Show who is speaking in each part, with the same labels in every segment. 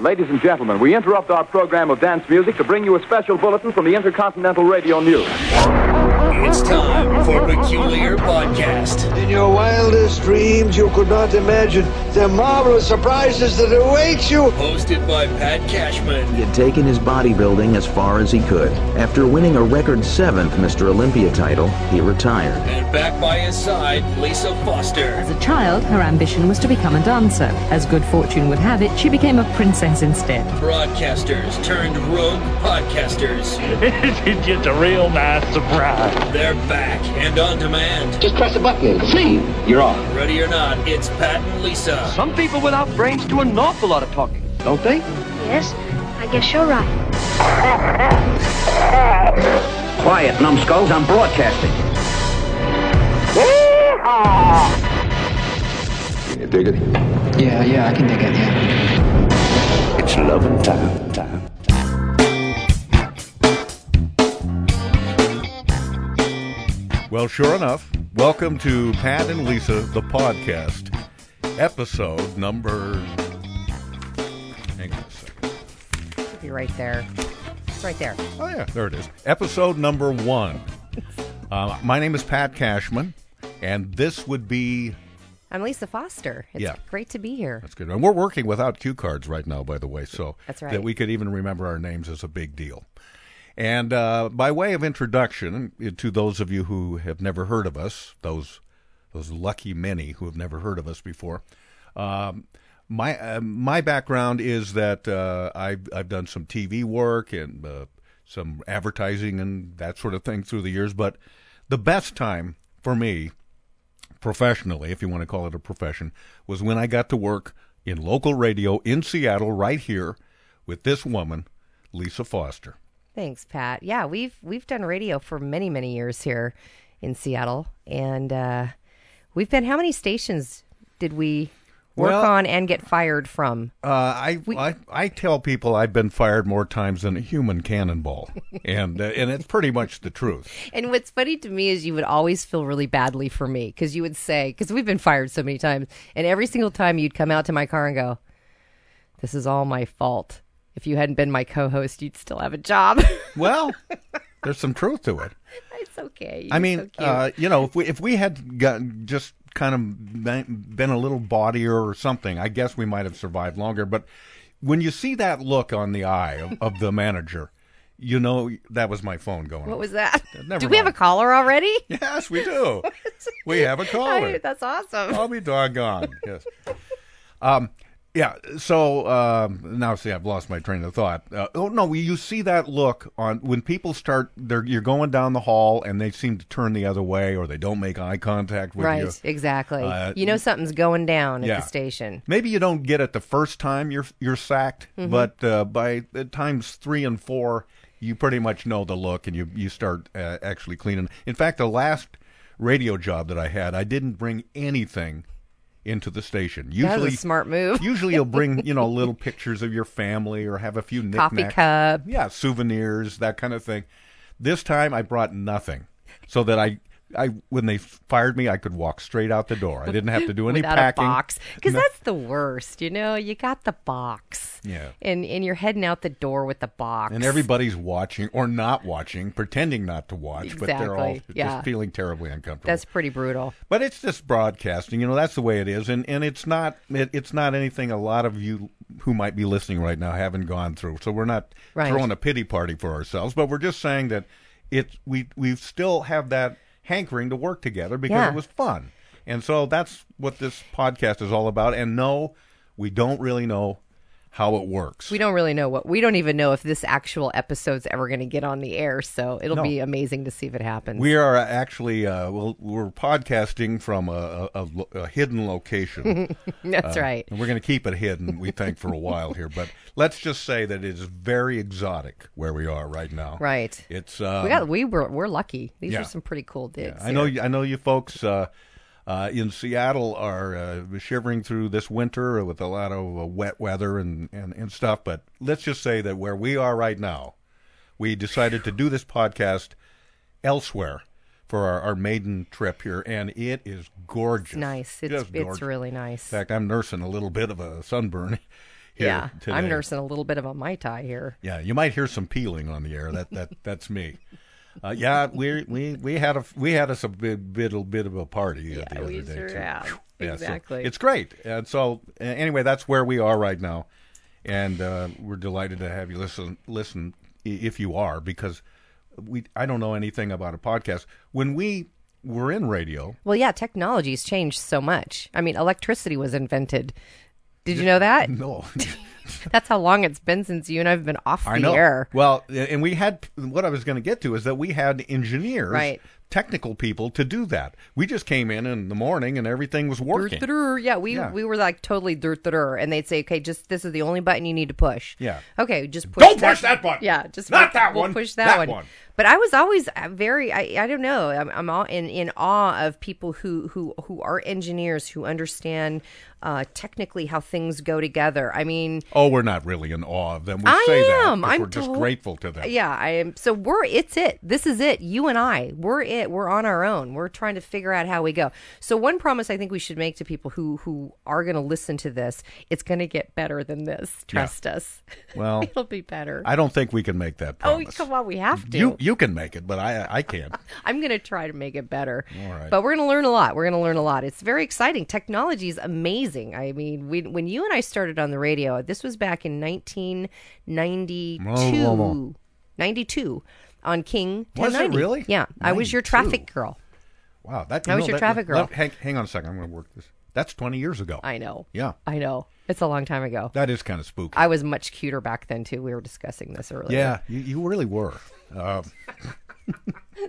Speaker 1: Ladies and gentlemen, we interrupt our program of dance music to bring you a special bulletin from the Intercontinental Radio News.
Speaker 2: It's time for Peculiar Podcast.
Speaker 3: In your wildest dreams, you could not imagine the marvelous surprises that await you.
Speaker 2: Hosted by Pat Cashman
Speaker 4: He had taken his bodybuilding as far as he could. After winning a record seventh Mr. Olympia title, he retired.
Speaker 2: and back by his side, Lisa Foster.
Speaker 5: As a child, her ambition was to become a dancer. As good fortune would have it, she became a princess instead.
Speaker 2: Broadcasters turned rogue podcasters.
Speaker 6: it's just a real nice surprise.
Speaker 2: They're back and on demand.
Speaker 7: Just press a button. See, you're on.
Speaker 2: Ready or not, it's Pat and Lisa.
Speaker 8: Some people without brains do an awful lot of talking.
Speaker 7: Don't they?
Speaker 9: Yes, I guess you're right.
Speaker 7: Quiet, numbskulls. I'm broadcasting.
Speaker 1: Can you dig it?
Speaker 8: Yeah, yeah, I can dig it, yeah.
Speaker 7: It's loving time. Time.
Speaker 10: Well, sure enough, welcome to Pat and Lisa, the podcast, episode number. Hang on a second.
Speaker 5: Should be right there. It's right there.
Speaker 10: Oh, yeah, there it is. Episode number one. Uh, my name is Pat Cashman, and this would be.
Speaker 5: I'm Lisa Foster. It's
Speaker 10: Yeah.
Speaker 5: great to be here.
Speaker 10: That's good. And we're working without cue cards right now, by the way, so
Speaker 5: That's right.
Speaker 10: that we could even remember our names is a big deal. And uh, by way of introduction uh, to those of you who have never heard of us, those those lucky many who have never heard of us before, um, my uh, my background is that uh, I've I've done some TV work and uh, some advertising and that sort of thing through the years. But the best time for me, professionally, if you want to call it a profession, was when I got to work in local radio in Seattle, right here, with this woman, Lisa Foster.
Speaker 5: Thanks, Pat. Yeah, we've we've done radio for many many years here in Seattle, and uh, we've been. How many stations did we work
Speaker 10: Well-
Speaker 5: on and get fired from?
Speaker 10: Uh, I, I I tell people I've been fired more times than a human cannonball, and uh, and it's pretty much the truth.
Speaker 5: And what's funny to me is you would always feel really badly for me because you would say, because we've been fired so many times, and every single time you'd come out to my car and go, This is all my fault. If you hadn't been my co host, you'd still have a job.
Speaker 10: Well, there's some truth to it.
Speaker 5: it's okay.
Speaker 10: I
Speaker 5: You're
Speaker 10: mean,
Speaker 5: so cute.
Speaker 10: uh, you know, if we if we had gotten just kind of been been a little bawdier or something, I guess we might have survived longer. But when you see that look on the eye of, of the manager, you know that was my phone going.
Speaker 5: what was that?
Speaker 10: Uh, Never
Speaker 5: Did we have a
Speaker 10: mind.
Speaker 5: caller already?
Speaker 10: Yes, we do. we have a caller.
Speaker 5: Oh, that's awesome.
Speaker 10: I'll be doggone. Yes. Um, yeah. So um, now, see, I've lost my train of thought. Uh, oh no, you see that look on when people start. They're you're going down the hall and they seem to turn the other way or they don't make eye contact with
Speaker 5: Right,
Speaker 10: you.
Speaker 5: exactly.
Speaker 10: Uh,
Speaker 5: you know something's going down at
Speaker 10: yeah.
Speaker 5: the station.
Speaker 10: Maybe you don't get it the first time you're you're sacked,
Speaker 5: Mm-hmm.
Speaker 10: but uh, by the times three and four, you pretty much know the look, and you you start uh, actually cleaning. In fact, the last radio job that I had, I didn't bring anything into the station. Usually,
Speaker 5: that was a smart move.
Speaker 10: usually you'll bring you know little pictures of your family or have a few
Speaker 5: Coffee
Speaker 10: knickknacks,
Speaker 5: cup.
Speaker 10: yeah, souvenirs, that kind of thing. This time I brought nothing, so that I. I when they fired me, I could walk straight out the door. I didn't have to do any
Speaker 5: without
Speaker 10: packing.
Speaker 5: a box because
Speaker 10: No.
Speaker 5: that's the worst you know you got the box
Speaker 10: Yeah.
Speaker 5: and and you're heading out the door with the box
Speaker 10: And everybody's watching or not watching, pretending not to watch, but they're all
Speaker 5: Exactly, yeah.
Speaker 10: just feeling terribly uncomfortable.
Speaker 5: that's pretty brutal
Speaker 10: but it's just broadcasting, you know. That's the way it is, and and it's not it, it's not anything a lot of you who might be listening right now haven't gone through. So we're not
Speaker 5: Right.
Speaker 10: throwing a pity party for ourselves, but we're just saying that it we we still have that hankering to work together because
Speaker 5: Yeah.
Speaker 10: it was fun, and so that's what this podcast is all about. And no, we don't really know how it works.
Speaker 5: we don't really know what we don't even know if this actual episode's ever going to get on the air so it'll
Speaker 10: No.
Speaker 5: be amazing to see if it happens
Speaker 10: We are actually uh, well, we're podcasting from a, a, a lo- a hidden location, Uh,
Speaker 5: that's right
Speaker 10: and we're going to keep it hidden. We think for a while here, but let's just say that it is very exotic where we are right now.
Speaker 5: right
Speaker 10: It's uh,
Speaker 5: we got we were we're lucky these
Speaker 10: yeah.
Speaker 5: are some pretty cool digs
Speaker 10: I know.
Speaker 5: here.
Speaker 10: You, I know you folks uh, uh, in Seattle are uh, shivering through this winter with a lot of uh, wet weather and, and, and stuff. But let's just say that where we are right now, we decided to do this podcast elsewhere for our, our maiden trip here, and it is gorgeous.
Speaker 5: nice. It's-
Speaker 10: Just
Speaker 5: it's
Speaker 10: gorgeous.
Speaker 5: really nice.
Speaker 10: In fact, I'm nursing a little bit of a sunburn. Here
Speaker 5: yeah. I'm
Speaker 10: today.
Speaker 5: nursing a little bit of a mai tai here.
Speaker 10: Yeah, you might hear some peeling on the air. That that that's me. Uh, yeah, we we we had a we had us a bit bit, a bit of a party uh, the other
Speaker 5: we
Speaker 10: day
Speaker 5: sure
Speaker 10: too.
Speaker 5: have.
Speaker 10: Yeah, so
Speaker 5: Exactly.
Speaker 10: it's great. And so uh, anyway, that's where we are right now, and uh, we're delighted to have you listen listen i- if you are because we I don't know anything about a podcast when we were in radio.
Speaker 5: Well, yeah, technology's changed so much. I mean, electricity was invented. Did you know that?
Speaker 10: No.
Speaker 5: That's how long it's been since you and I've been off
Speaker 10: I
Speaker 5: the
Speaker 10: know.
Speaker 5: air.
Speaker 10: Well, and we had what I was going to get to is that we had engineers,
Speaker 5: Right.
Speaker 10: technical people to do that. We just came in in the morning and everything was working.
Speaker 5: Dur-dur-dur. Yeah, we
Speaker 10: Yeah.
Speaker 5: we were like totally dur-dur-dur, and they'd say, "Okay, just this is the only button you need to push."
Speaker 10: Yeah.
Speaker 5: Okay, just push.
Speaker 10: Don't push that button.
Speaker 5: Yeah, just
Speaker 10: Not
Speaker 5: push-
Speaker 10: that
Speaker 5: we'll
Speaker 10: one.
Speaker 5: Push that,
Speaker 10: That
Speaker 5: one.
Speaker 10: one.
Speaker 5: But I was always uh, very I, I don't know I'm, I'm all in, in awe of people who who who are engineers who understand uh, technically how things go together. I mean,
Speaker 10: Oh, we're not really in awe of them. We
Speaker 5: I
Speaker 10: say that.
Speaker 5: am.
Speaker 10: because
Speaker 5: I'm
Speaker 10: we're just
Speaker 5: tot-
Speaker 10: grateful to them.
Speaker 5: Yeah, I am. So we're it's it. This is it. You and I, we're it. We're on our own. We're trying to figure out how we go. So one promise I think we should make to people who who are going to listen to this, it's going to get better than this. Trust us.
Speaker 10: Well,
Speaker 5: It'll be better.
Speaker 10: I don't think we can make that
Speaker 5: oh,
Speaker 10: promise.
Speaker 5: come on, we have to.
Speaker 10: You you can make it, but I I can't.
Speaker 5: I'm going to try to make it better.
Speaker 10: All right.
Speaker 5: But we're going to learn a lot. We're going to learn a lot. It's very exciting. Technology is amazing. I mean, we, when you and I started on the radio, this was back in 1992.
Speaker 10: Whoa, whoa, whoa.
Speaker 5: 92 on King.
Speaker 10: Was it
Speaker 5: 1090.
Speaker 10: really?
Speaker 5: Yeah. I was your
Speaker 10: 92.
Speaker 5: traffic girl.
Speaker 10: Wow, that
Speaker 5: I
Speaker 10: you
Speaker 5: was
Speaker 10: know,
Speaker 5: your
Speaker 10: that-
Speaker 5: traffic girl.
Speaker 10: let- hang, hang on a second. I'm going to work this. That's 20 years ago.
Speaker 5: I know.
Speaker 10: Yeah.
Speaker 5: I know. It's a long time ago.
Speaker 10: That is kind of spooky.
Speaker 5: I was much cuter back then, too. We were discussing this earlier.
Speaker 10: yeah, you, you really were. Uh,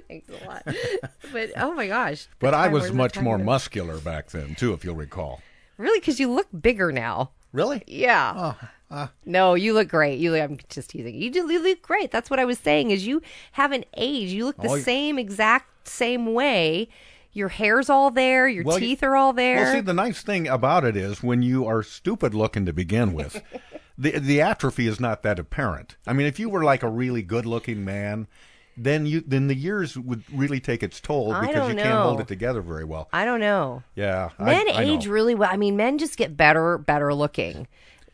Speaker 5: Thanks a lot. but oh my gosh.
Speaker 10: but I
Speaker 5: Time
Speaker 10: was
Speaker 5: we're
Speaker 10: much
Speaker 5: talking
Speaker 10: more
Speaker 5: about-
Speaker 10: muscular back then too, if you'll recall.
Speaker 5: Really? Because you look bigger now.
Speaker 10: Really?
Speaker 5: Yeah.
Speaker 10: Oh, uh.
Speaker 5: no, you look great. You look, I'm just teasing. You do you look great. That's what I was saying is you haven't aged. You look the
Speaker 10: Oh, you-
Speaker 5: same exact same way. Your hair's all there, your
Speaker 10: Well, you-
Speaker 5: teeth are all there.
Speaker 10: Well, see, the nice thing about it is when you are stupid looking to begin with, the the atrophy is not that apparent. I mean, if you were like a really good looking man, then you then the years would really take its toll
Speaker 5: I
Speaker 10: because
Speaker 5: don't
Speaker 10: you can't hold
Speaker 5: know.
Speaker 10: it together very well.
Speaker 5: I don't know.
Speaker 10: Yeah, I-
Speaker 5: Men
Speaker 10: I know.
Speaker 5: age really well. I mean, men just get better better looking.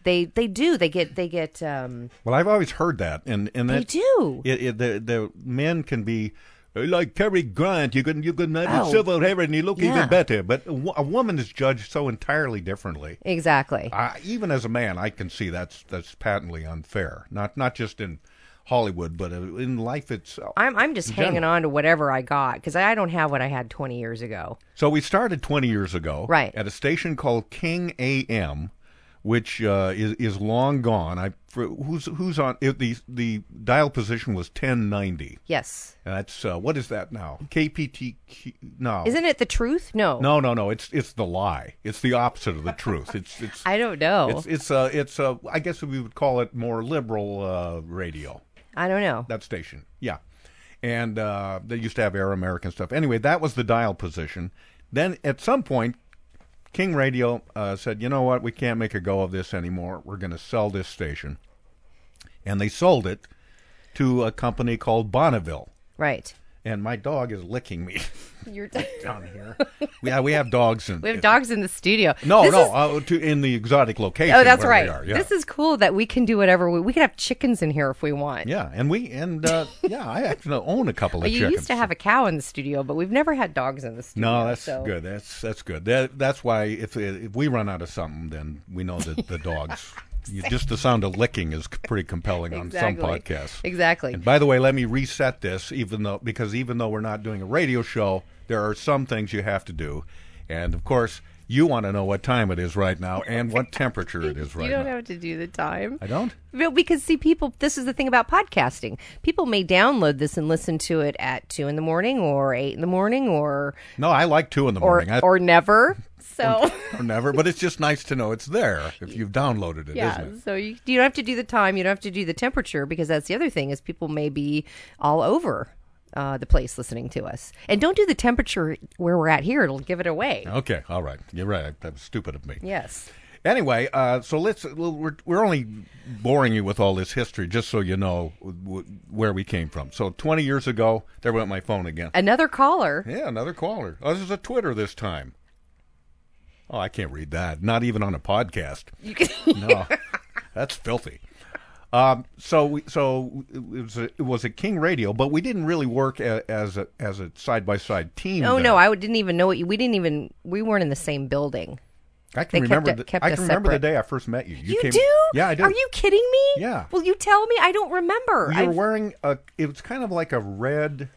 Speaker 5: They they do. They get they get um
Speaker 10: Well, I've always heard that, and and
Speaker 5: They
Speaker 10: that
Speaker 5: do.
Speaker 10: It, it, the the men can be. uh, Like Cary Grant, you can you can have
Speaker 5: Oh.
Speaker 10: silver hair and you look
Speaker 5: Yeah.
Speaker 10: even better. But a, wo- a woman is judged so entirely differently.
Speaker 5: exactly.
Speaker 10: I, even as a man, I can see that's that's patently unfair. Not not just in Hollywood, but uh, in life itself.
Speaker 5: I'm I'm just
Speaker 10: In
Speaker 5: hanging
Speaker 10: general.
Speaker 5: on to whatever I got because I don't have what I had 20 years ago.
Speaker 10: So we started 20 years ago,
Speaker 5: Right.
Speaker 10: at a station called King AM, which uh, is is long gone. I for, who's who's on it, the the dial position was 1090.
Speaker 5: Yes,
Speaker 10: And That's uh, what is that now? KPTQ? No,
Speaker 5: isn't it the truth? No,
Speaker 10: Oh. No, no, no. It's it's the lie. It's the opposite of the truth. It's it's.
Speaker 5: I don't know.
Speaker 10: It's it's uh it's uh I guess we would call it more liberal uh, radio.
Speaker 5: I don't know.
Speaker 10: that station. Yeah. And uh, they used to have Air American stuff. Anyway, that was the dial position. Then at some point, King Radio uh, said, you know what? We can't make a go of this anymore. We're going to sell this station. And they sold it to a company called Bonneville.
Speaker 5: Right.
Speaker 10: And my dog is licking me
Speaker 5: You're
Speaker 10: down here. yeah, we have dogs. In,
Speaker 5: we have dogs in the studio.
Speaker 10: No,
Speaker 5: This
Speaker 10: no,
Speaker 5: is-
Speaker 10: uh, to, in the exotic location.
Speaker 5: oh, that's
Speaker 10: where
Speaker 5: right.
Speaker 10: We are. Yeah.
Speaker 5: This is cool that we can do whatever we we can have chickens in here if we want.
Speaker 10: yeah, and we and uh, yeah, I actually own a couple of
Speaker 5: Well, you
Speaker 10: chickens.
Speaker 5: used to have a cow in the studio, but we've never had dogs in the studio.
Speaker 10: No, that's
Speaker 5: so-
Speaker 10: good. That's that's good. That that's why if if we run out of something, then we know that the dogs. you, just the sound of licking is c- pretty compelling
Speaker 5: Exactly.
Speaker 10: on some podcasts.
Speaker 5: Exactly.
Speaker 10: And by the way, let me reset this, even though because even though we're not doing a radio show, there are some things you have to do, and of course you want to know what time it is right now and what temperature it is right
Speaker 5: you don't
Speaker 10: now.
Speaker 5: have to do the time.
Speaker 10: I don't.
Speaker 5: No, because see, people, this is the thing about podcasting. People may download this and listen to it at two in the morning or eight in the morning or
Speaker 10: No, I like two in the
Speaker 5: or
Speaker 10: morning. I,
Speaker 5: or never. So
Speaker 10: or never. But it's just nice to know it's there if you've downloaded it,
Speaker 5: yeah,
Speaker 10: not it?
Speaker 5: so you you don't have to do the time, you don't have to do the temperature because that's the other thing is people may be all over uh, the place listening to us, and don't do the temperature where we're at here; it'll give it away.
Speaker 10: Okay, all right. You're right. That was stupid of me.
Speaker 5: Yes.
Speaker 10: Anyway, uh, so let's we're we're only boring you with all this history just so you know w- where we came from. So 20 years ago, there went my phone again.
Speaker 5: Another caller.
Speaker 10: Yeah, another caller. Oh, this is a Twitter this time. Oh, I can't read that. Not even on a podcast. no, that's filthy. Um, so we, so it was, a, it was a King Radio, but we didn't really work a, as a as a side by side team.
Speaker 5: Oh
Speaker 10: there.
Speaker 5: no, I would- didn't even know what you. We didn't even. We weren't in the same building.
Speaker 10: I can
Speaker 5: they kept
Speaker 10: remember.
Speaker 5: it-
Speaker 10: the,
Speaker 5: kept
Speaker 10: I
Speaker 5: us
Speaker 10: can remember the
Speaker 5: separate.
Speaker 10: day I first met you. You,
Speaker 5: You
Speaker 10: came,
Speaker 5: do?
Speaker 10: Yeah, I do.
Speaker 5: Are you kidding me?
Speaker 10: Yeah.
Speaker 5: Will you tell me? I don't remember.
Speaker 10: You
Speaker 5: I-
Speaker 10: were wearing a. It was kind of like a red,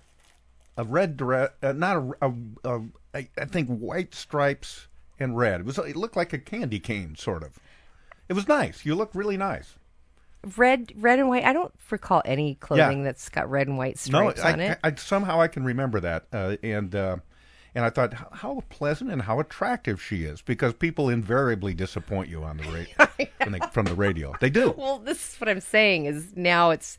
Speaker 10: a red dress. Uh, not a, a, a, I I think white stripes and red. It was. It looked like a candy cane, sort of. It was nice. You looked really nice.
Speaker 5: red, red and white. I don't recall any clothing that's got red and white stripes
Speaker 10: I,
Speaker 5: on it.
Speaker 10: I, I- somehow I can remember that, uh, and uh, and I thought "How- how pleasant and how attractive she is because people invariably disappoint you on the radio from the radio. They do.
Speaker 5: well, this is what I'm saying. Is now it's.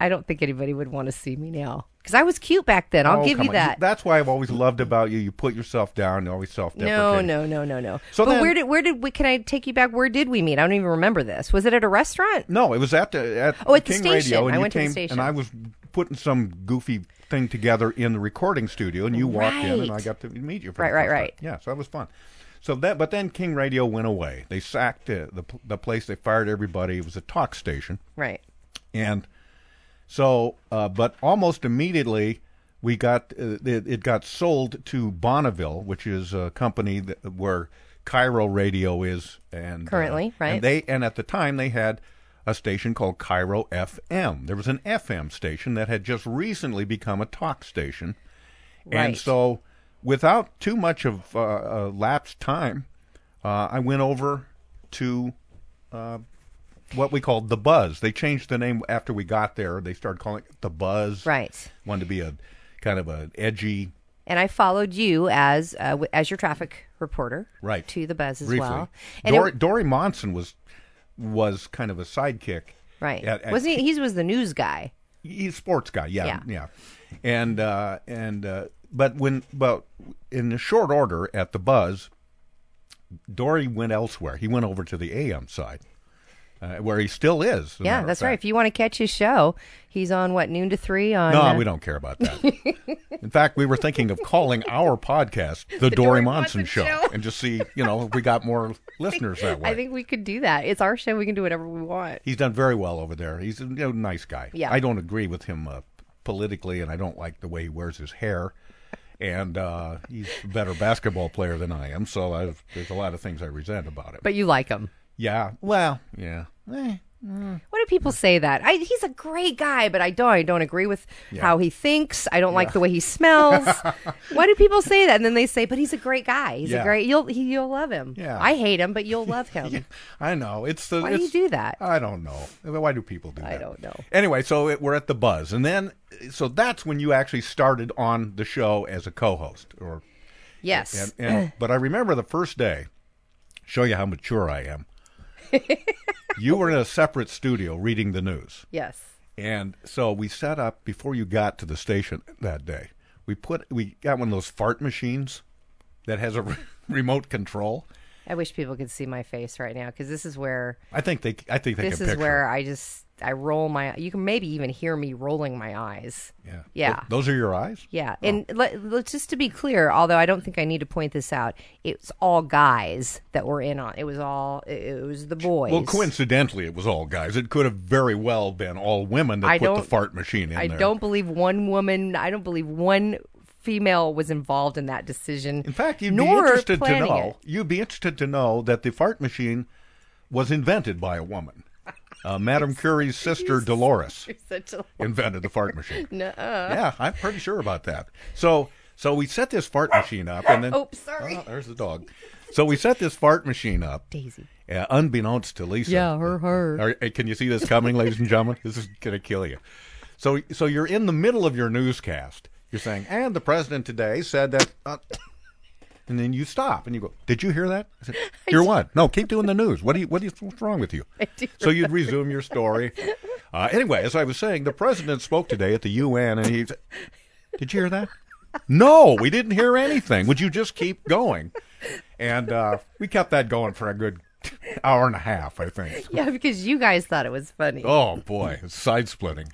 Speaker 5: I don't think anybody would want to see me now because I was cute back then. I'll
Speaker 10: Oh,
Speaker 5: give
Speaker 10: come
Speaker 5: you
Speaker 10: on.
Speaker 5: that.
Speaker 10: That's why I've always loved about you. You put yourself down. You're always self-deprecating.
Speaker 5: No, no, no, no, no.
Speaker 10: So
Speaker 5: but
Speaker 10: then-
Speaker 5: where did where did we? Can I take you back? Where did we meet? I don't even remember this. Was it at a restaurant?
Speaker 10: No, it was at the at,
Speaker 5: Oh, at the
Speaker 10: King
Speaker 5: station.
Speaker 10: Radio, and
Speaker 5: I
Speaker 10: you
Speaker 5: went to the
Speaker 10: came,
Speaker 5: station.
Speaker 10: and I was putting some goofy thing together in the recording studio, and you walked in, and I
Speaker 5: Right.
Speaker 10: got to meet you. For
Speaker 5: Right,
Speaker 10: the
Speaker 5: right,
Speaker 10: first time.
Speaker 5: right.
Speaker 10: Yeah, so that was fun. So that, but then King Radio went away. They sacked uh, the the place. They fired everybody. It was a talk station,
Speaker 5: Right.
Speaker 10: and so, uh, but almost immediately. We got uh, it, it got sold to Bonneville, which is a company that, where Cairo Radio is, and uh,
Speaker 5: Currently, right.
Speaker 10: and they and at the time they had a station called Cairo FM. There was an FM station that had just recently become a talk station,
Speaker 5: Right.
Speaker 10: and so without too much of uh, uh, lapsed time, uh, I went over to uh, what we called the Buzz. They changed the name after we got there. They started calling it the Buzz.
Speaker 5: Right.
Speaker 10: Wanted to be a kind of an edgy
Speaker 5: And I followed you as uh, w- as your traffic reporter,
Speaker 10: Right.
Speaker 5: to the buzz as
Speaker 10: briefly.
Speaker 5: well. And
Speaker 10: Dory,
Speaker 5: it,
Speaker 10: Dory Monson was was kind of a sidekick.
Speaker 5: right,
Speaker 10: at- at
Speaker 5: wasn't he? He was the news guy.
Speaker 10: he's a sports guy. Yeah, yeah,
Speaker 5: Yeah.
Speaker 10: And uh, and uh, but when but in the short order at the Buzz, Dory went elsewhere. He went over to the AM side, uh, where he still is. as a matter
Speaker 5: yeah,
Speaker 10: of
Speaker 5: that's right.
Speaker 10: fact.
Speaker 5: If you want to catch his show, he's on what noon to three on.
Speaker 10: No,
Speaker 5: uh,
Speaker 10: we don't care about that. in fact, we were thinking of calling our podcast the, Dory, Monson,
Speaker 5: Monson
Speaker 10: Show,
Speaker 5: Show.
Speaker 10: and just see you know if we got more listeners that way.
Speaker 5: I think we could do that. It's our show. We can do whatever we want.
Speaker 10: He's done very well over there. He's a you know, nice guy.
Speaker 5: Yeah.
Speaker 10: I don't agree with him uh, politically, and I don't like the way he wears his hair. And uh, he's a better basketball player than I am, so I've, there's a lot of things I resent about him.
Speaker 5: But you like him.
Speaker 10: yeah, well, yeah. Eh.
Speaker 5: What do people say that? I, he's a great guy, but I don't. I don't agree with how he thinks. I don't like the way he smells. Why do people say that? And then they say, "But he's a great guy. He's
Speaker 10: Yeah.
Speaker 5: a great. You'll he, you'll love him.
Speaker 10: Yeah.
Speaker 5: I hate him, but you'll love him.
Speaker 10: I know it's the.
Speaker 5: Why do you
Speaker 10: it's-
Speaker 5: do that?
Speaker 10: I don't know. Why do people do that?
Speaker 5: I don't know.
Speaker 10: Anyway, so it, we're at the buzz, and then so that's when you actually started on the show as a co-host, or
Speaker 5: Yes.
Speaker 10: and, and but I remember the first day. Show you how mature I am. you were in a separate studio reading the news,
Speaker 5: Yes.
Speaker 10: and so we set up before you got to the station that day. We put we got one of those fart machines that has a re- remote control.
Speaker 5: I wish people could see my face right now because this is where
Speaker 10: I think they I think they
Speaker 5: this
Speaker 10: can
Speaker 5: is
Speaker 10: picture it.
Speaker 5: where I just I roll my. You can maybe even hear me rolling my eyes.
Speaker 10: Yeah.
Speaker 5: Yeah.
Speaker 10: Th- those are your eyes?
Speaker 5: Yeah, and let, let, just to be clear, although I don't think I need to point this out, it was all guys that were in on. It was all it, it was the boys.
Speaker 10: Well, coincidentally, it was all guys. It could have very well been all women that
Speaker 5: I
Speaker 10: put the
Speaker 5: don't-
Speaker 10: fart machine in
Speaker 5: I
Speaker 10: there.
Speaker 5: don't believe one woman. I don't believe one female was involved in that decision.
Speaker 10: In fact, you'd
Speaker 5: nor
Speaker 10: be interested to
Speaker 5: planning it.
Speaker 10: know. You'd be interested to know that the fart machine was invented by a woman. Uh, Madame Curie's sister Dolores
Speaker 5: Such a-
Speaker 10: invented the fart machine. Yeah, I'm pretty sure about that. So, so we set this fart machine up, and then
Speaker 5: Oh, sorry.
Speaker 10: Oh, there's the dog. So we set this fart machine up,
Speaker 5: Daisy.
Speaker 10: uh, unbeknownst to Lisa.
Speaker 5: Yeah, her, her.
Speaker 10: Are- uh, can you see this coming, ladies and gentlemen? This is going to kill you. So, so you're in the middle of your newscast. You're saying, and the president today said that. Uh, and then you stop and you go, "Did you hear that?" I said, "Hear what? No, keep doing the news. What do you? What do you? What's wrong with you?" So you'd resume your story. Uh, anyway, as I was saying, the president spoke today at the UN, and he, said, "Did you hear that?" No, we didn't hear anything. Would you just keep going? And uh, we kept that going for a good hour and a half, I think.
Speaker 5: Yeah, because you guys thought it was funny.
Speaker 10: Oh boy, it's side splitting.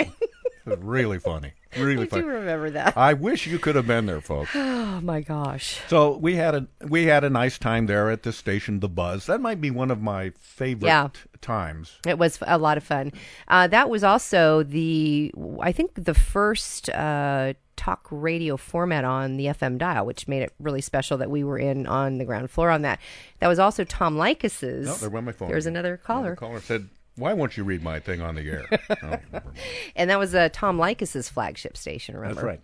Speaker 10: really funny. Really
Speaker 5: I
Speaker 10: funny.
Speaker 5: do remember that.
Speaker 10: I wish you could have been there, folks.
Speaker 5: Oh my gosh.
Speaker 10: So we had a we had a nice time there at the station, the Buzz. That might be one of my favorite
Speaker 5: Yeah.
Speaker 10: times.
Speaker 5: It was a lot of fun. Uh, that was also the, I think, the first uh, talk radio format on the FM dial, which made it really special that we were in on the ground floor on that. That was also Tom Likas's.
Speaker 10: No, there went my phone.
Speaker 5: There's another caller,
Speaker 10: The caller said, "Why won't you read my thing on the air?" Oh, never mind.
Speaker 5: and that was uh, Tom Likas's flagship station. Remember?
Speaker 10: That's right.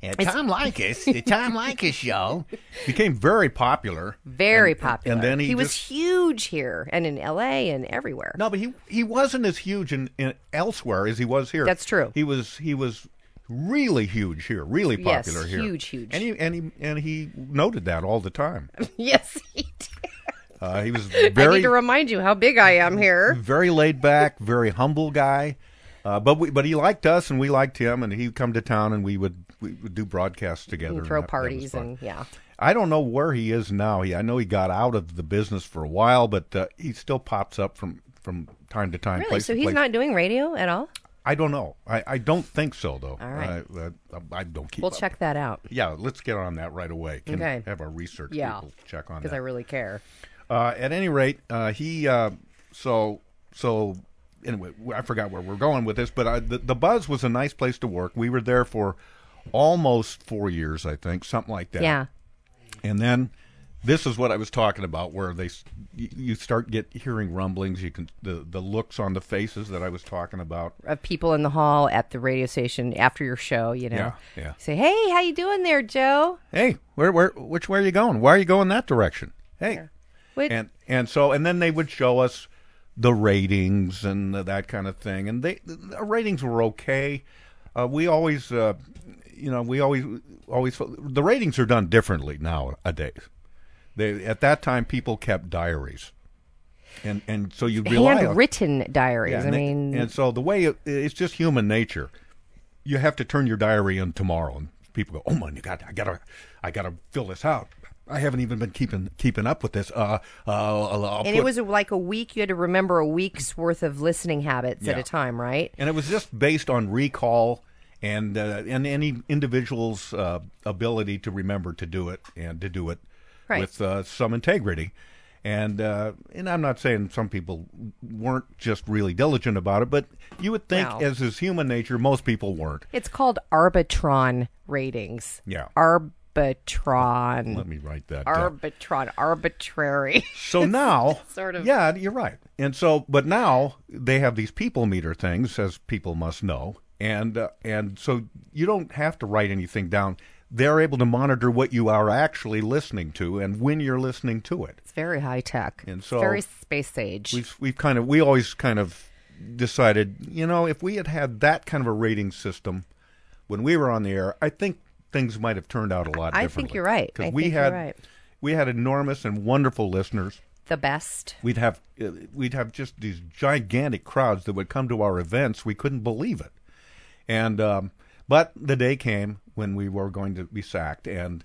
Speaker 11: Yeah, Tom Likas, the Tom Likas show.
Speaker 10: Became very popular.
Speaker 5: Very
Speaker 10: And- and-
Speaker 5: popular.
Speaker 10: And then he,
Speaker 5: was
Speaker 10: just-
Speaker 5: huge here and in L.A. and everywhere.
Speaker 10: No, but he he wasn't as huge in, in elsewhere as he was here.
Speaker 5: That's true.
Speaker 10: He was he was really huge here, really
Speaker 5: Yes,
Speaker 10: popular here.
Speaker 5: huge, huge.
Speaker 10: And he and he and he noted that all the time.
Speaker 5: yes, he did.
Speaker 10: Uh, he was
Speaker 5: I
Speaker 10: very Mm-hmm.
Speaker 5: need to remind you how big I am here.
Speaker 10: very laid back, very humble guy. Uh, but we, but he liked us and we liked him, and he'd come to town and we would we would do broadcasts together,
Speaker 5: And
Speaker 10: and
Speaker 5: throw
Speaker 10: that- that was
Speaker 5: parties
Speaker 10: fun.
Speaker 5: and yeah.
Speaker 10: I don't know where he is now. He I know he got out of the business for a while, but uh, he still pops up from from time to time.
Speaker 5: Really?
Speaker 10: place
Speaker 5: So
Speaker 10: to
Speaker 5: he's
Speaker 10: place.
Speaker 5: not doing radio at all?
Speaker 10: I don't know. I, I don't think so though.
Speaker 5: All right.
Speaker 10: I, I, I don't keep.
Speaker 5: We'll
Speaker 10: up.
Speaker 5: check that out
Speaker 10: Yeah, let's get on that right away. Can
Speaker 5: Okay.
Speaker 10: Have our research
Speaker 5: Yeah.
Speaker 10: people check on
Speaker 5: because
Speaker 10: that.
Speaker 5: I really care.
Speaker 10: Uh, at any rate, uh, he uh, so so anyway. I forgot where we're going with this, but I, the the buzz was a nice place to work. We were there for almost four years, I think, something like that.
Speaker 5: Yeah.
Speaker 10: And then this is what I was talking about, where they s- you- you start get hearing rumblings. You can the the looks on the faces that I was talking about.
Speaker 5: Of people in the hall at the radio station after your show, you know.
Speaker 10: Yeah, yeah.
Speaker 5: Say, hey, how you doing there, Joe?
Speaker 10: Hey, where where which way are you going? Why are you going that direction? Hey.
Speaker 5: What-
Speaker 10: and and so and then they would show us the ratings and that kind of thing and they the ratings were okay uh, we always uh, you know we always always the ratings are done differently nowadays they at that time people kept diaries and and so you rely on
Speaker 5: Handwritten diaries.
Speaker 10: yeah,
Speaker 5: I
Speaker 10: and they-
Speaker 5: mean,
Speaker 10: and so the way it, it's just human nature. You have to turn your diary in tomorrow, and people go, "Oh my God, I gotta, I gotta fill this out. I haven't even been keeping keeping up with this." Uh, uh, I'll- I'll
Speaker 5: and
Speaker 10: put-
Speaker 5: it was like a week. You had to remember a week's worth of listening habits at
Speaker 10: Yeah.
Speaker 5: a time, right?
Speaker 10: and it was just based on recall and uh, and any individual's uh, ability to remember to do it and to do it
Speaker 5: Right.
Speaker 10: with uh, some integrity. And uh, and I'm not saying some people weren't just really diligent about it, but you would think,
Speaker 5: No.
Speaker 10: as is human nature, most people weren't.
Speaker 5: It's called Arbitron ratings.
Speaker 10: Yeah. Let
Speaker 5: Arbitron.
Speaker 10: me write that. down.
Speaker 5: Arbitron. Arbitrary.
Speaker 10: So now,
Speaker 5: sort of-
Speaker 10: yeah, you're right. And so, but now they have these people meter things, as people must know, and uh, and so you don't have to write anything down. They're able to monitor what you are actually listening to and when you're listening to it.
Speaker 5: it's very high tech.
Speaker 10: And
Speaker 5: It's
Speaker 10: so
Speaker 5: very space age.
Speaker 10: We've we've kind of we always kind of decided, you know, if we had had that kind of a rating system when we were on the air, I think things might have turned out a lot.
Speaker 5: I think
Speaker 10: differently.
Speaker 5: you're right. I
Speaker 10: because we
Speaker 5: think you're
Speaker 10: had
Speaker 5: right.
Speaker 10: we had enormous and wonderful listeners.
Speaker 5: the best.
Speaker 10: we'd have uh, we'd have just these gigantic crowds that would come to our events. We couldn't believe it, and um, but the day came when we were going to be sacked, and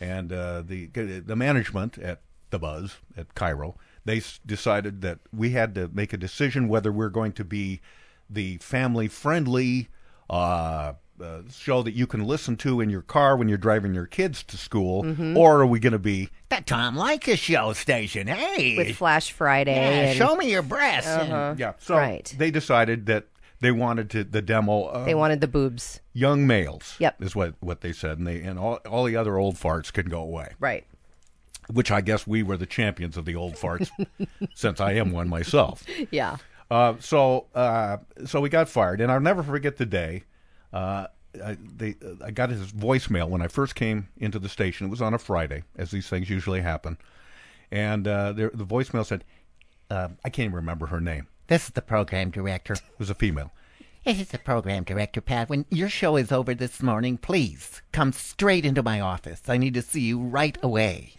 Speaker 10: and uh, the the management at the Buzz at Cairo they s- decided that we had to make a decision whether we're going to be the family friendly. Uh, uh, show that you can listen to in your car when you're driving your kids to school, or are we going to be
Speaker 11: The Mm-hmm. Tom Likas show station. Hey.
Speaker 5: With Flash Friday.
Speaker 11: yeah,
Speaker 5: and Uh-huh.
Speaker 11: show me your breasts.
Speaker 10: Yeah. So
Speaker 5: Right.
Speaker 10: they decided that they wanted to the demo of
Speaker 5: They wanted the boobs.
Speaker 10: young males.
Speaker 5: Yep.
Speaker 10: Is what, what they said, and they and all all the other old farts could go away.
Speaker 5: Right.
Speaker 10: Which I guess we were the champions of the old farts, since I am one myself.
Speaker 5: Yeah.
Speaker 10: Uh, so uh, so we got fired, and I'll never forget the day. Uh, I, they, I got his voicemail when I first came into the station. It was on a Friday, as these things usually happen, and uh, there, the voicemail said, uh, "I can't even remember her name.
Speaker 11: This is the program director.
Speaker 10: It was a female."
Speaker 11: This is the program director, Pat. When your show is over this morning, please come straight into my office. I need to see you right away.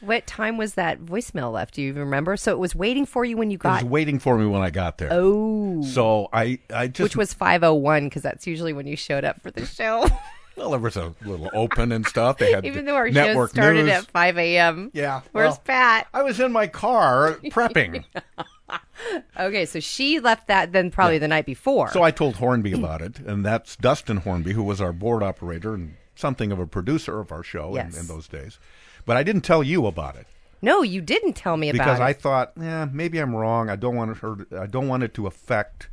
Speaker 5: What time was that voicemail left? Do you even remember? So it was waiting for you when you
Speaker 10: It was
Speaker 5: got,
Speaker 10: waiting for me when I got there. Oh, so I, I just
Speaker 5: oh which was 501 because that's usually when you showed up for the show.
Speaker 10: Well, there was a little open and stuff. They had
Speaker 5: Even though our show
Speaker 10: network
Speaker 5: started
Speaker 10: news.
Speaker 5: at 5 a.m.
Speaker 10: Yeah.
Speaker 5: Where's
Speaker 10: well,
Speaker 5: Pat?
Speaker 10: I was in my car prepping.
Speaker 5: Okay, so she left that then probably the night before.
Speaker 10: So I told Hornby about it, and that's Dustin Hornby, who was our board operator and something of a producer of our show
Speaker 5: Yes.
Speaker 10: in, in those days. But I didn't tell you about it
Speaker 5: no, you didn't tell me about
Speaker 10: because
Speaker 5: it.
Speaker 10: I thought, yeah, maybe I'm wrong. I don't want it hurt. I don't want it to affect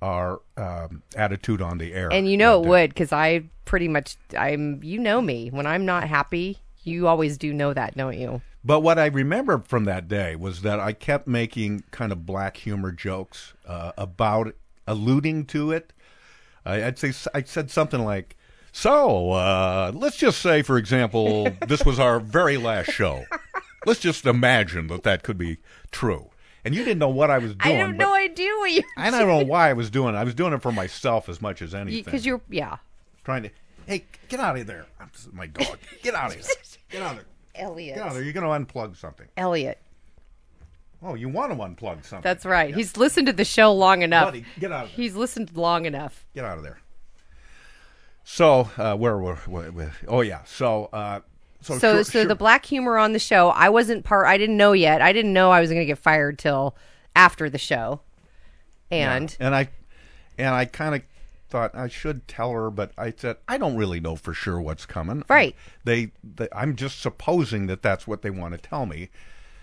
Speaker 10: our um, attitude on the air.
Speaker 5: and you know it would because I pretty much I'm you know me when I'm not happy you always do know that don't you?
Speaker 10: But what I remember from that day was that I kept making kind of black humor jokes uh, about alluding to it. I, I'd say I said something like, "So uh, let's just say, for example, this was our very last show. Let's just imagine that that could be true." And you didn't know what I was doing.
Speaker 5: I have
Speaker 10: but-
Speaker 5: no idea what you
Speaker 10: and I don't know why I was doing it. I was doing it for myself as much as anything.
Speaker 5: because you're yeah
Speaker 10: trying to, hey, get out of there! I'm just- my dog, get out of here! Get out of there!
Speaker 5: Elliot
Speaker 10: Get out of there! You're going to unplug something.
Speaker 5: Elliot
Speaker 10: Oh, you want to unplug something?
Speaker 5: that's right he's listened to the show long enough
Speaker 10: Buddy, get out of there.
Speaker 5: he's listened long enough
Speaker 10: Get out of there. So uh, where were? where- where- oh yeah. So uh, so
Speaker 5: so so,
Speaker 10: sure- sure-
Speaker 5: the black humor on the show I wasn't part I didn't know yet I didn't know I was going to get fired till after the show and
Speaker 10: and I and I kind of thought I should tell her, but I said I don't really know for sure what's coming.
Speaker 5: Right.
Speaker 10: They, they I'm just supposing that that's what they want to tell me.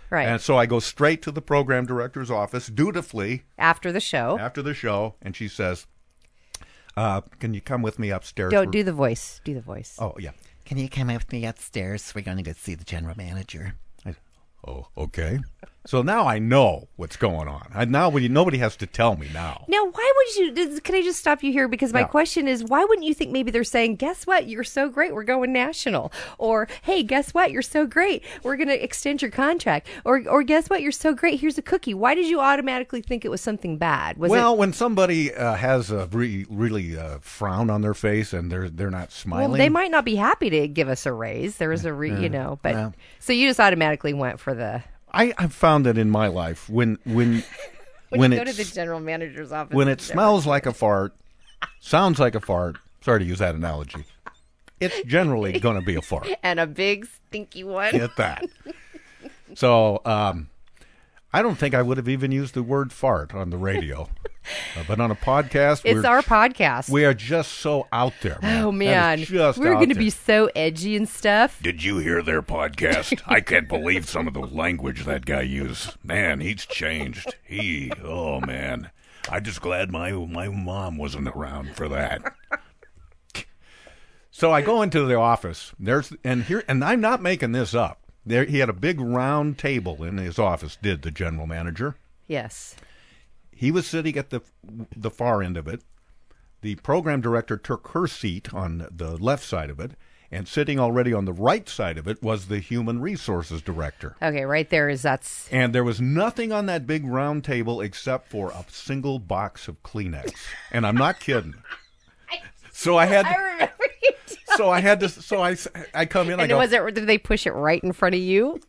Speaker 5: right
Speaker 10: And so I go straight to the program director's office dutifully
Speaker 5: after the show
Speaker 10: after the show, and she says, uh, "Can you come with me upstairs?"
Speaker 5: don't
Speaker 10: We're-
Speaker 5: do the voice do the voice
Speaker 10: Oh yeah.
Speaker 11: Can you come with me upstairs? We're going to go see the general manager.
Speaker 10: I, oh, okay. So now I know what's going on. I, now we, nobody has to tell me now.
Speaker 5: Now, why would you? does- Can I just stop you here? Because my
Speaker 10: Yeah.
Speaker 5: question is, why wouldn't you think maybe they're saying, "Guess what? You're so great, we're going national," or "Hey, guess what? You're so great, we're going to extend your contract," or "Or guess what? You're so great, here's a cookie." Why did you automatically think it was something bad? Was
Speaker 10: well,
Speaker 5: it,
Speaker 10: when somebody uh, has a re- really uh, frown on their face and they're they're not
Speaker 5: well,
Speaker 10: smiling,
Speaker 5: they might not be happy to give us a raise. There was a, re, you know, but
Speaker 10: yeah.
Speaker 5: so you just automatically went for the
Speaker 10: I I've found that in my life when when
Speaker 5: when,
Speaker 10: when
Speaker 5: you go to
Speaker 10: it
Speaker 5: the
Speaker 10: s-
Speaker 5: general manager's office.
Speaker 10: when it
Speaker 5: it's different.
Speaker 10: smells like a fart, sounds like a fart. Sorry to use that analogy. It's generally going to be a fart.
Speaker 5: and a big stinky one.
Speaker 10: Get that. So um, I don't think I would have even used the word fart on the radio, Uh, but on a podcast,
Speaker 5: It's
Speaker 10: we're-
Speaker 5: our podcast.
Speaker 10: We are just so out there. Man.
Speaker 5: Oh
Speaker 10: That is
Speaker 5: man,
Speaker 10: just
Speaker 5: we're
Speaker 10: out
Speaker 5: going to
Speaker 10: there.
Speaker 5: be so edgy and stuff.
Speaker 12: Did you hear their podcast? I can't believe some of the language that guy used. Man, he's changed. He, oh man, I'm just glad my my mom wasn't around for that.
Speaker 10: So I go into the office. There's and here and I'm not making this up. There he had a big round table in his office. Did the general manager?
Speaker 5: Yes.
Speaker 10: He was sitting at the the far end of it. The program director took her seat on the left side of it, and sitting already on the right side of it was the human resources director.
Speaker 5: Okay, right there is that's
Speaker 10: And there was nothing on that big round table except for a single box of Kleenex. And I'm not kidding. So I had
Speaker 5: remember you.
Speaker 10: so I had to so I s- I come in I
Speaker 5: And
Speaker 10: go
Speaker 5: was it? Did they push it right in front of you?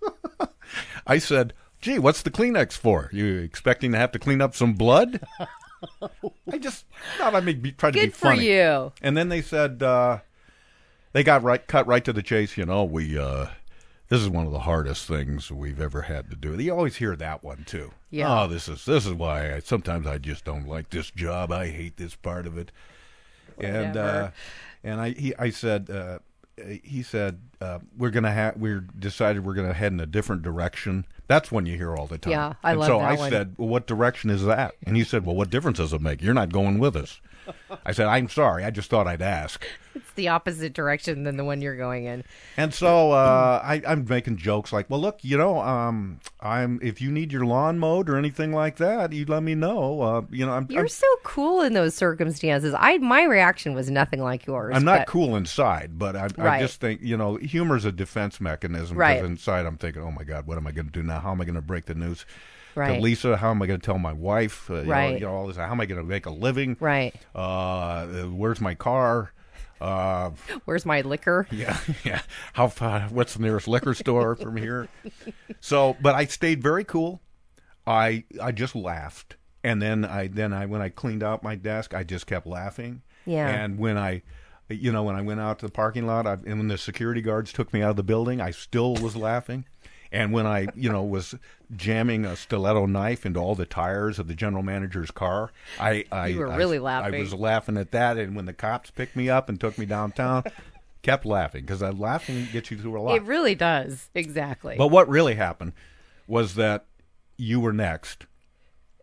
Speaker 10: I said, "Gee, what's the Kleenex for? You expecting to have to clean up some blood?" I just thought I'd make, be, try to be
Speaker 5: Good for
Speaker 10: funny.
Speaker 5: you.
Speaker 10: And then they said uh, they got right cut right to the chase. You know, we uh, this is one of the hardest things we've ever had to do. You always hear that one too.
Speaker 12: Yeah.
Speaker 10: Oh, this is this is why I, sometimes I just don't like this job. I hate this part of it. And uh,
Speaker 12: Whatever.
Speaker 10: and I he, I said uh, he said uh, we're gonna ha- we're decided we're gonna head in a different direction. That's one you hear all the time.
Speaker 5: Yeah, I
Speaker 10: and
Speaker 5: love
Speaker 10: so
Speaker 5: that
Speaker 10: I
Speaker 5: one.
Speaker 10: said, well, what direction is that? And he said, well, what difference does it make? You're not going with us. I said, I'm sorry. I just thought I'd ask.
Speaker 5: It's the opposite direction than the one you're going in.
Speaker 10: And so uh, I, I'm making jokes like, "Well, look, you know, um, I'm if you need your lawn mowed or anything like that, you let me know. Uh, you know, I'm
Speaker 5: You're
Speaker 10: I'm,
Speaker 5: so cool in those circumstances. I my reaction was nothing like yours.
Speaker 10: I'm not
Speaker 5: but-
Speaker 10: cool inside, but I, I
Speaker 5: Right.
Speaker 10: just think you know, humor's a defense mechanism. 'cause
Speaker 5: Right.
Speaker 10: inside, I'm thinking, oh my god, what am I going to do now? How am I going to break the news
Speaker 5: Right.
Speaker 10: to Lisa? How am I going to tell my wife? Uh, you know,
Speaker 5: Right.
Speaker 10: you know, all this. How am I going to make a living?
Speaker 5: Right.
Speaker 10: Uh, Uh, where's my car? Uh,
Speaker 5: Where's my liquor?
Speaker 10: Yeah, yeah. How far? What's the nearest liquor store from here? So, but I stayed very cool. I I just laughed, and then I then I when I cleaned out my desk, I just kept laughing.
Speaker 12: Yeah.
Speaker 10: And when I you know, when I went out to the parking lot, I, and when the security guards took me out of the building, I still was laughing. And when I, you know, was jamming a stiletto knife into all the tires of the general manager's car, I, I
Speaker 5: You were
Speaker 10: I-
Speaker 5: really
Speaker 10: I was
Speaker 5: laughing.
Speaker 10: laughing at that. And when the cops picked me up and took me downtown, kept laughing because laughing gets you through a lot.
Speaker 5: It really does. Exactly.
Speaker 10: But what really happened was that you were next.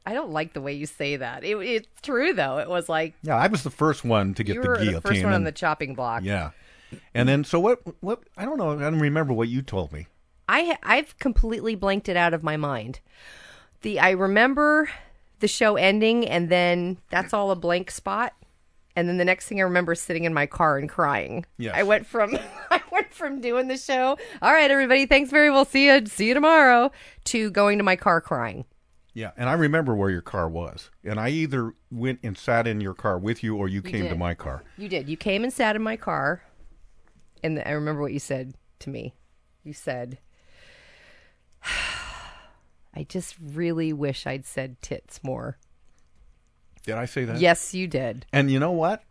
Speaker 5: I don't like the way you say that. It, it's true though. It was like
Speaker 10: Yeah, I was the first one to get
Speaker 5: you
Speaker 10: the
Speaker 5: were
Speaker 10: guillotine.
Speaker 5: the first one on
Speaker 10: and-
Speaker 5: the chopping block.
Speaker 10: Yeah. And then, so what? What? I don't know. I don't remember what you told me.
Speaker 5: I I've completely blanked it out of my mind. The I remember the show ending and then that's all a blank spot. And then the next thing I remember is sitting in my car and crying.
Speaker 13: Yes.
Speaker 5: I went from I went from doing the show. All right, everybody, thanks very well. See you see you tomorrow to going to my car crying.
Speaker 10: Yeah, and I remember where your car was. And I either went and sat in your car with you, or you, came to
Speaker 5: did.
Speaker 10: my car.
Speaker 5: You did. You came and sat in my car, and I remember what you said to me. You said, "I just really wish I'd said tits more."
Speaker 10: Did I say that?
Speaker 5: Yes, you did.
Speaker 10: And you know what?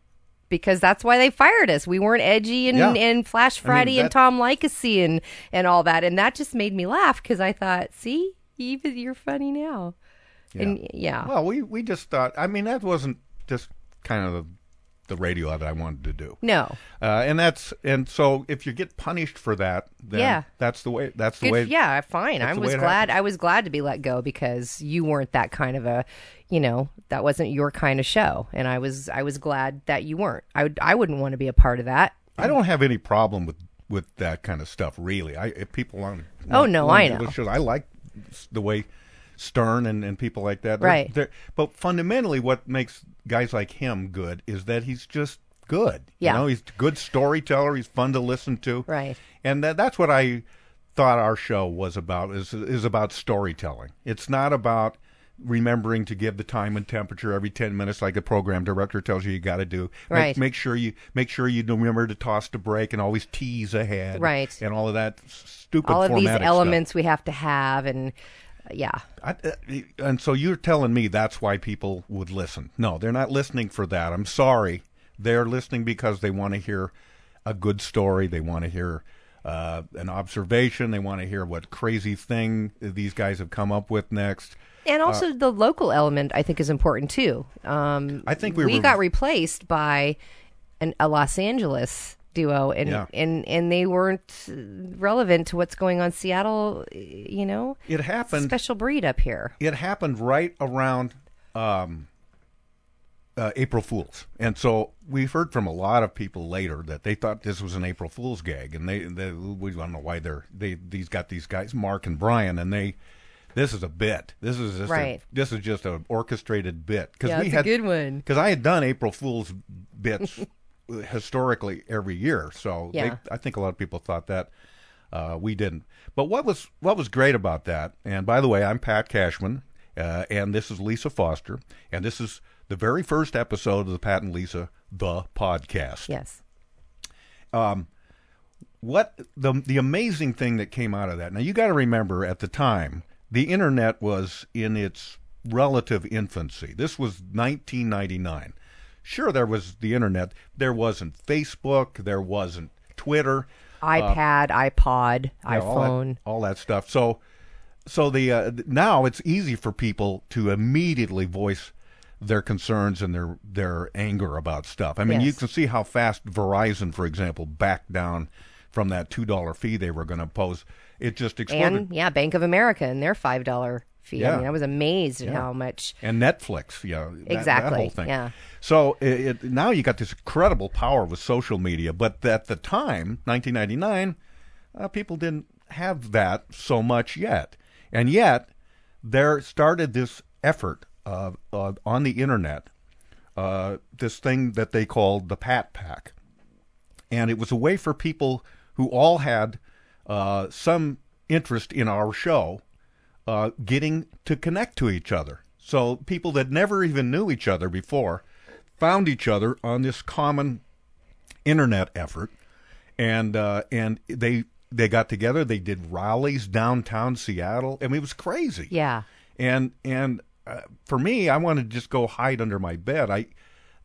Speaker 5: Because that's why they fired us. We weren't edgy and,
Speaker 10: Yeah.
Speaker 5: and Flash
Speaker 10: I mean,
Speaker 5: Friday
Speaker 10: that-
Speaker 5: and Tom Likasy and, and all that. And that just made me laugh because I thought, see, even you're funny now. And yeah.
Speaker 10: Well, we we just thought. I mean, that wasn't just kind of the, the radio that I wanted to do.
Speaker 5: No.
Speaker 10: Uh, and that's and so if you get punished for that, then
Speaker 5: Yeah.
Speaker 10: that's the way. That's the
Speaker 5: Good,
Speaker 10: way.
Speaker 5: yeah, fine. I
Speaker 10: that's the way
Speaker 5: was
Speaker 10: it
Speaker 5: glad. I was glad to be let go because you weren't that kind of a, you know, that wasn't your kind of show, and I was. I was glad that you weren't. I would. I wouldn't want to be a part of that.
Speaker 10: I don't have any problem with with that kind of stuff, really. I if people on
Speaker 5: Oh, no, I know.
Speaker 10: I like s- the way Stern and, and people like that, they're-
Speaker 5: Right.
Speaker 10: they're- but fundamentally, what makes guys like him good is that he's just good.
Speaker 5: Yeah.
Speaker 10: you know, he's a good storyteller. He's fun to listen to.
Speaker 5: Right.
Speaker 10: and that that's what I thought our show was about is is about storytelling. It's not about remembering to give the time and temperature every 10 minutes like the program director tells you you got to do Make-
Speaker 5: Right.
Speaker 10: make sure you make sure you remember to toss to break and always tease ahead,
Speaker 5: Right.
Speaker 10: And all of that s- stupid
Speaker 5: All of these
Speaker 10: formatting
Speaker 5: elements we have to have, and uh, yeah,
Speaker 10: Stuff. I, uh, and so you're telling me that's why people would listen? No, they're not listening for that. I'm sorry, they're listening because they want to hear a good story. They want to hear. Uh, an observation. They want to hear what crazy thing these guys have come up with next.
Speaker 5: and
Speaker 10: Uh,
Speaker 5: also the local element I think is important too. Um,
Speaker 10: I think we were-
Speaker 5: got replaced by an, a Los Angeles duo, and
Speaker 10: Yeah.
Speaker 5: and and they weren't relevant to what's going on in Seattle. You know,
Speaker 10: It happened.
Speaker 5: Special breed up here.
Speaker 10: It happened right around um, uh, April Fools, and so we've heard from a lot of people later that they thought this was an April Fools gag, and they, they we don't know why they're they these got these guys Mark and Brian, and they this is a bit. This is just
Speaker 5: Right.
Speaker 10: a, this is just an orchestrated bit
Speaker 5: Yeah,
Speaker 10: we
Speaker 5: it's a
Speaker 10: had
Speaker 5: good one.
Speaker 10: because I had done April Fools bits historically every year, so
Speaker 5: Yeah.
Speaker 10: they, I think a lot of people thought that uh, we didn't. But what was what was great about that? And by the way, I'm Pat Cashman, uh, and this is Lisa Foster, and this is the very first episode of the Pat and Lisa the podcast.
Speaker 5: Yes.
Speaker 10: Um, what the the amazing thing that came out of that. Now you got to remember at the time the internet was in its relative infancy. This was 1999. Sure, there was the internet. There wasn't Facebook. There wasn't Twitter. uh,
Speaker 5: iPad, iPod,
Speaker 10: yeah, all that-
Speaker 5: iPhone.
Speaker 10: all that, stuff. So, so the uh, th- now it's easy for people to immediately voice their concerns and their their anger about stuff. I mean, you
Speaker 14: Yes.
Speaker 10: can see how fast Verizon, for example, backed down from that two dollar fee they were going to impose. It just exploded.
Speaker 5: and yeah, Bank of America and their five dollar fee.
Speaker 10: Yeah.
Speaker 5: I mean, I was amazed at
Speaker 10: Yeah.
Speaker 5: how much.
Speaker 10: and Netflix, yeah, that- that
Speaker 5: Exactly,
Speaker 10: whole thing.
Speaker 5: yeah.
Speaker 10: So it, it, now you got this incredible power with social media, but at the time, 1999, uh, people didn't have that so much yet, and yet there started this effort uh, uh, on the internet, uh, this thing that they called the Pat Pack, and it was a way for people who all had uh, some interest in our show uh, getting to connect to each other. So people that never even knew each other before found each other on this common internet effort, and uh, and they they got together. They did rallies downtown Seattle. I mean, it was crazy.
Speaker 5: Yeah.
Speaker 10: And and uh, for me, I want to just go hide under my bed. I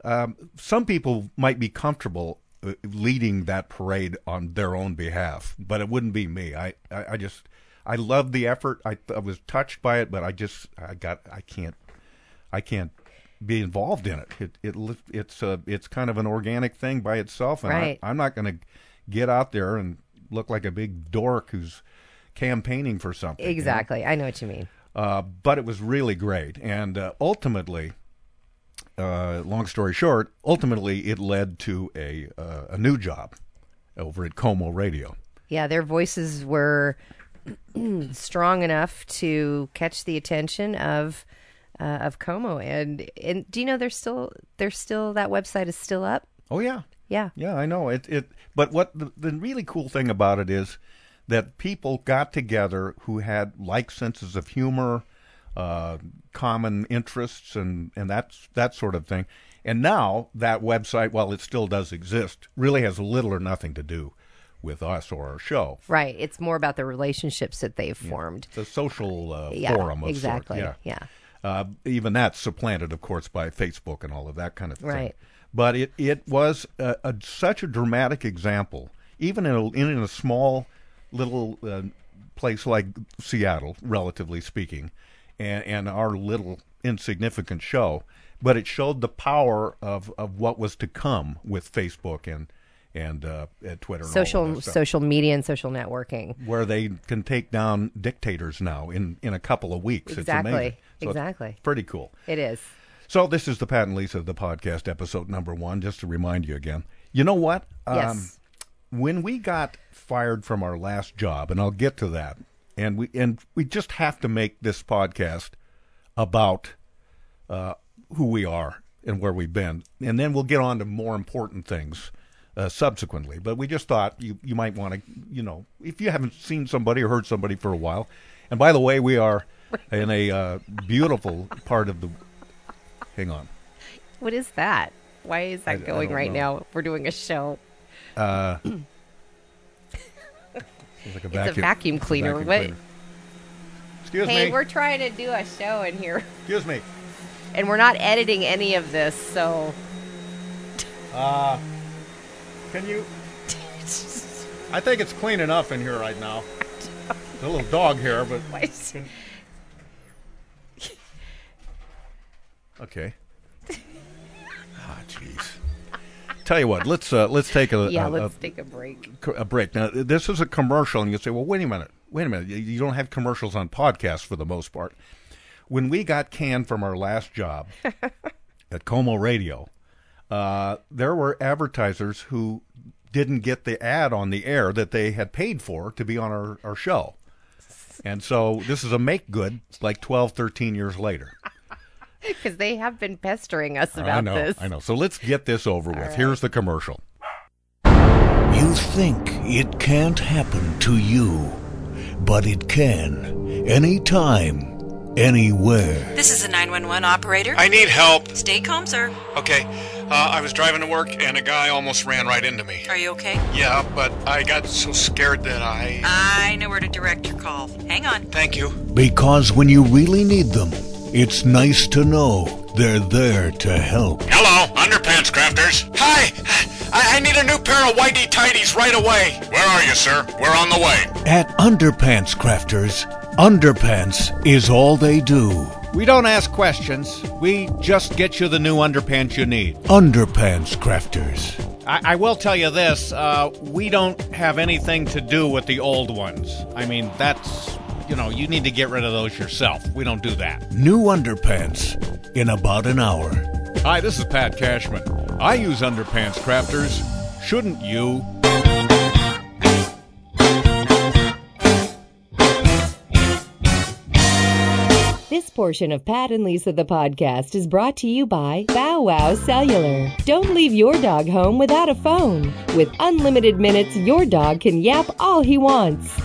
Speaker 10: um, some people might be comfortable uh, leading that parade on their own behalf. But it wouldn't be me. I, I, I just, I loved the effort. I, I was touched by it, but I just, I got, I can't, I can't be involved in it. It, it li- it's a, it's kind of an organic thing by itself, and
Speaker 5: Right.
Speaker 10: I, I'm not going to get out there and look like a big dork who's campaigning for something. you know?
Speaker 5: Exactly. I know what you mean.
Speaker 10: Uh, but it was really great. And uh, ultimately, uh, long story short, ultimately it led to a uh, a new job over at Como Radio.
Speaker 5: Yeah, their voices were strong enough to catch the attention of uh, of Como. And and do you know they're still they're still that website is still up?
Speaker 10: Oh yeah,
Speaker 5: Yeah.
Speaker 10: yeah, I know it. It but what the, the really cool thing about it is that people got together who had like senses of humor, uh, common interests, and and that's that sort of thing. And now that website, while it still does exist, really has little or nothing to do with us or our show.
Speaker 5: Right. It's more about the relationships that they've formed.
Speaker 10: It's a social uh,
Speaker 5: Yeah,
Speaker 10: forum of
Speaker 5: exactly.
Speaker 10: sort.
Speaker 5: Yeah.
Speaker 10: Uh, even that's supplanted, of course, by Facebook and all of that kind of thing.
Speaker 5: Right.
Speaker 10: But it it was a, a, such a dramatic example, even in a, in a small little uh, place like Seattle, relatively speaking, and and our little insignificant show. But it showed the power of, of what was to come with Facebook and and uh, and Twitter, and all of
Speaker 5: Social
Speaker 10: that stuff
Speaker 5: social media and social networking.
Speaker 10: where they can take down dictators now in, in a couple of weeks.
Speaker 5: Exactly.
Speaker 10: It's amazing. it's
Speaker 5: Exactly.
Speaker 10: pretty cool.
Speaker 5: It is.
Speaker 10: So this is the Pat and Lisa, the podcast episode number one, just to remind you again. You know what? Um,
Speaker 5: Yes.
Speaker 10: When we got fired from our last job, and I'll get to that, and we and we just have to make this podcast about uh, who we are and where we've been, and then we'll get on to more important things uh, subsequently. But we just thought you you might want to you know if you haven't seen somebody or heard somebody for a while, and by the way, we are in a uh, beautiful part of the. Hang on.
Speaker 5: What is that? Why is
Speaker 10: I- I
Speaker 5: that going
Speaker 10: don't
Speaker 5: right
Speaker 10: know.
Speaker 5: now? We're doing a show.
Speaker 10: Uh, sounds like a
Speaker 5: It's a vacuum cleaner.
Speaker 10: vacuum
Speaker 5: What-
Speaker 10: cleaner. Excuse
Speaker 5: hey,
Speaker 10: me.
Speaker 5: we're trying to do a show in here.
Speaker 10: Excuse me.
Speaker 5: And we're not editing any of this, so
Speaker 10: Uh, can you? I think it's clean enough in here right now. There's a little dog here, but okay. Ah, jeez. Tell you what, let's uh, let's take a
Speaker 5: yeah,
Speaker 10: a-
Speaker 5: let's
Speaker 10: a-
Speaker 5: take a break.
Speaker 10: co- a break. Now, this is a commercial, and you say, well, wait a minute, wait a minute. You- You don't have commercials on podcasts for the most part. When we got canned from our last job at Como Radio, uh, there were advertisers who didn't get the ad on the air that they had paid for to be on our, our show. And so this is a make good like 12, 13 years later.
Speaker 5: Because they have been pestering us about
Speaker 10: I know,
Speaker 5: this.
Speaker 10: I know. So let's get this over with.
Speaker 5: right.
Speaker 10: Here's the commercial.
Speaker 13: You think it can't happen to you, but it can. Anytime, anywhere.
Speaker 14: This is a 911 operator.
Speaker 15: I need help.
Speaker 14: Stay calm, sir.
Speaker 15: Okay, uh, I was driving to work and a guy almost ran right into me.
Speaker 14: Are you okay?
Speaker 15: Yeah, but I got so scared that I.
Speaker 14: I know where to direct your call. Hang on.
Speaker 15: Thank you.
Speaker 13: Because when you really need them, it's nice to know they're there to help.
Speaker 15: Hello, underpants crafters. Hi, I, I need a new pair of whitey tighties right away. Where are you, sir? We're on the way.
Speaker 13: At Underpants Crafters, Underpants is all they do.
Speaker 16: We don't ask questions. We just get you the new underpants you need.
Speaker 13: Underpants Crafters.
Speaker 16: I, I will tell you this uh, we don't have anything to do with the old ones. I mean, that's, you know, you need to get rid of those yourself. We don't do that.
Speaker 13: New underpants in about an hour.
Speaker 16: Hi, this is Pat Cashman. I use underpants crafters. Shouldn't you?
Speaker 17: This portion of Pat and Lisa the podcast is brought to you by Bow Wow Cellular. Don't leave your dog home without a phone. With unlimited minutes, your dog can yap all he wants.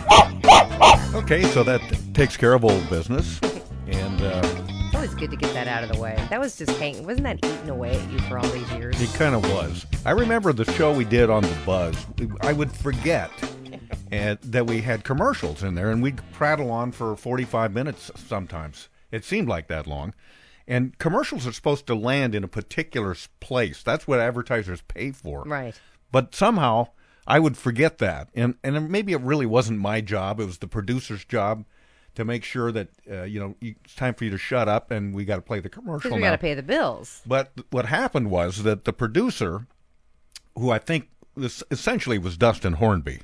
Speaker 10: Okay, so that takes care of old business. And uh,
Speaker 5: It's always good to get that out of the way. That was just hanging. Wasn't that eating away at you for all these years?
Speaker 10: it kind of was. I remember the show we did on The Buzz. I would forget and, that we had commercials in there, and we'd prattle on for 45 minutes sometimes. It seemed like that long. And commercials are supposed to land in a particular s- place. That's what advertisers pay for.
Speaker 5: Right.
Speaker 10: But somehow I would forget that, and and maybe it really wasn't my job. It was the producer's job to make sure that uh, you know you- it's time for you to shut up, and we got to play the
Speaker 5: Because
Speaker 10: commercial.
Speaker 5: we
Speaker 10: now.
Speaker 5: got to pay the bills.
Speaker 10: But th- what happened was that the producer, who I think this essentially was Dustin Hornby,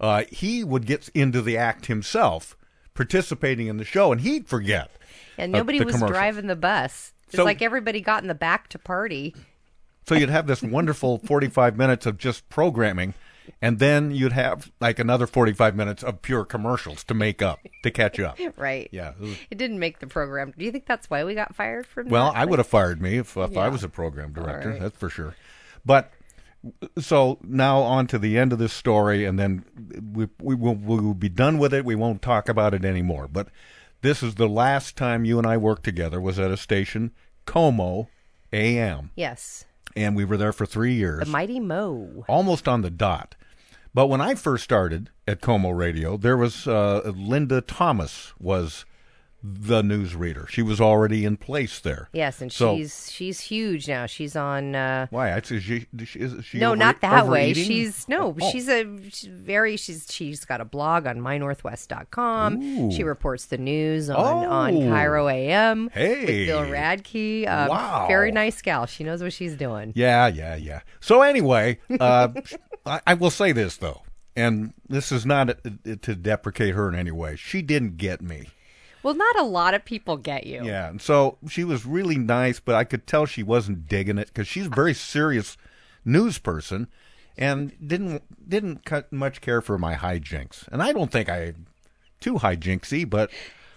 Speaker 10: uh, he would get into the act himself, participating in the show, and he'd forget.
Speaker 5: And
Speaker 10: uh,
Speaker 5: nobody
Speaker 10: the
Speaker 5: was
Speaker 10: commercial.
Speaker 5: driving the bus. It's
Speaker 10: So-
Speaker 5: like everybody got in the back to party.
Speaker 10: So you'd have this wonderful 45 minutes of just programming, and then you'd have like another 45 minutes of pure commercials to make up, to catch up.
Speaker 5: Right.
Speaker 10: Yeah. it was-
Speaker 5: It didn't make the program. Do you think that's why we got fired from
Speaker 10: Well,
Speaker 5: that?
Speaker 10: I would have fired me if, if
Speaker 5: Yeah.
Speaker 10: I was a program director,
Speaker 5: right.
Speaker 10: that's for sure. But so now on to the end of this story, and then we, we, will, we will be done with it. We won't talk about it anymore. But this is the last time you and I worked together was at a station, Como AM.
Speaker 5: Yes.
Speaker 10: And we were there for three years
Speaker 5: The Mighty Mo.
Speaker 10: almost on the dot. But when I first started at Como Radio, there was uh, Linda Thomas was the newsreader. She was already in place there.
Speaker 5: Yes, and
Speaker 10: so,
Speaker 5: she's she's huge now. She's on uh
Speaker 10: why? I is she, is she- is she
Speaker 5: No,
Speaker 10: over-
Speaker 5: not that way.
Speaker 10: overeating?
Speaker 5: She's no,
Speaker 10: Oh.
Speaker 5: she's a she's very she's she's got a blog on mynorthwest.com. She
Speaker 10: Ooh.
Speaker 5: reports the news on on
Speaker 10: Oh.
Speaker 5: Cairo AM
Speaker 10: Hey.
Speaker 5: with Bill Radke. Um,
Speaker 10: Wow.
Speaker 5: very nice gal. She knows what she's doing.
Speaker 10: Yeah, yeah, yeah. So anyway, uh, I, I will say this though, and this is not uh, to deprecate her in any way. She didn't get me.
Speaker 5: Well, not a lot of people get you.
Speaker 10: Yeah, and so she was really nice, but I could tell she wasn't digging it because she's a very serious news person, and didn't didn't cut much care for my hijinks. And I don't think I too hijinksy, but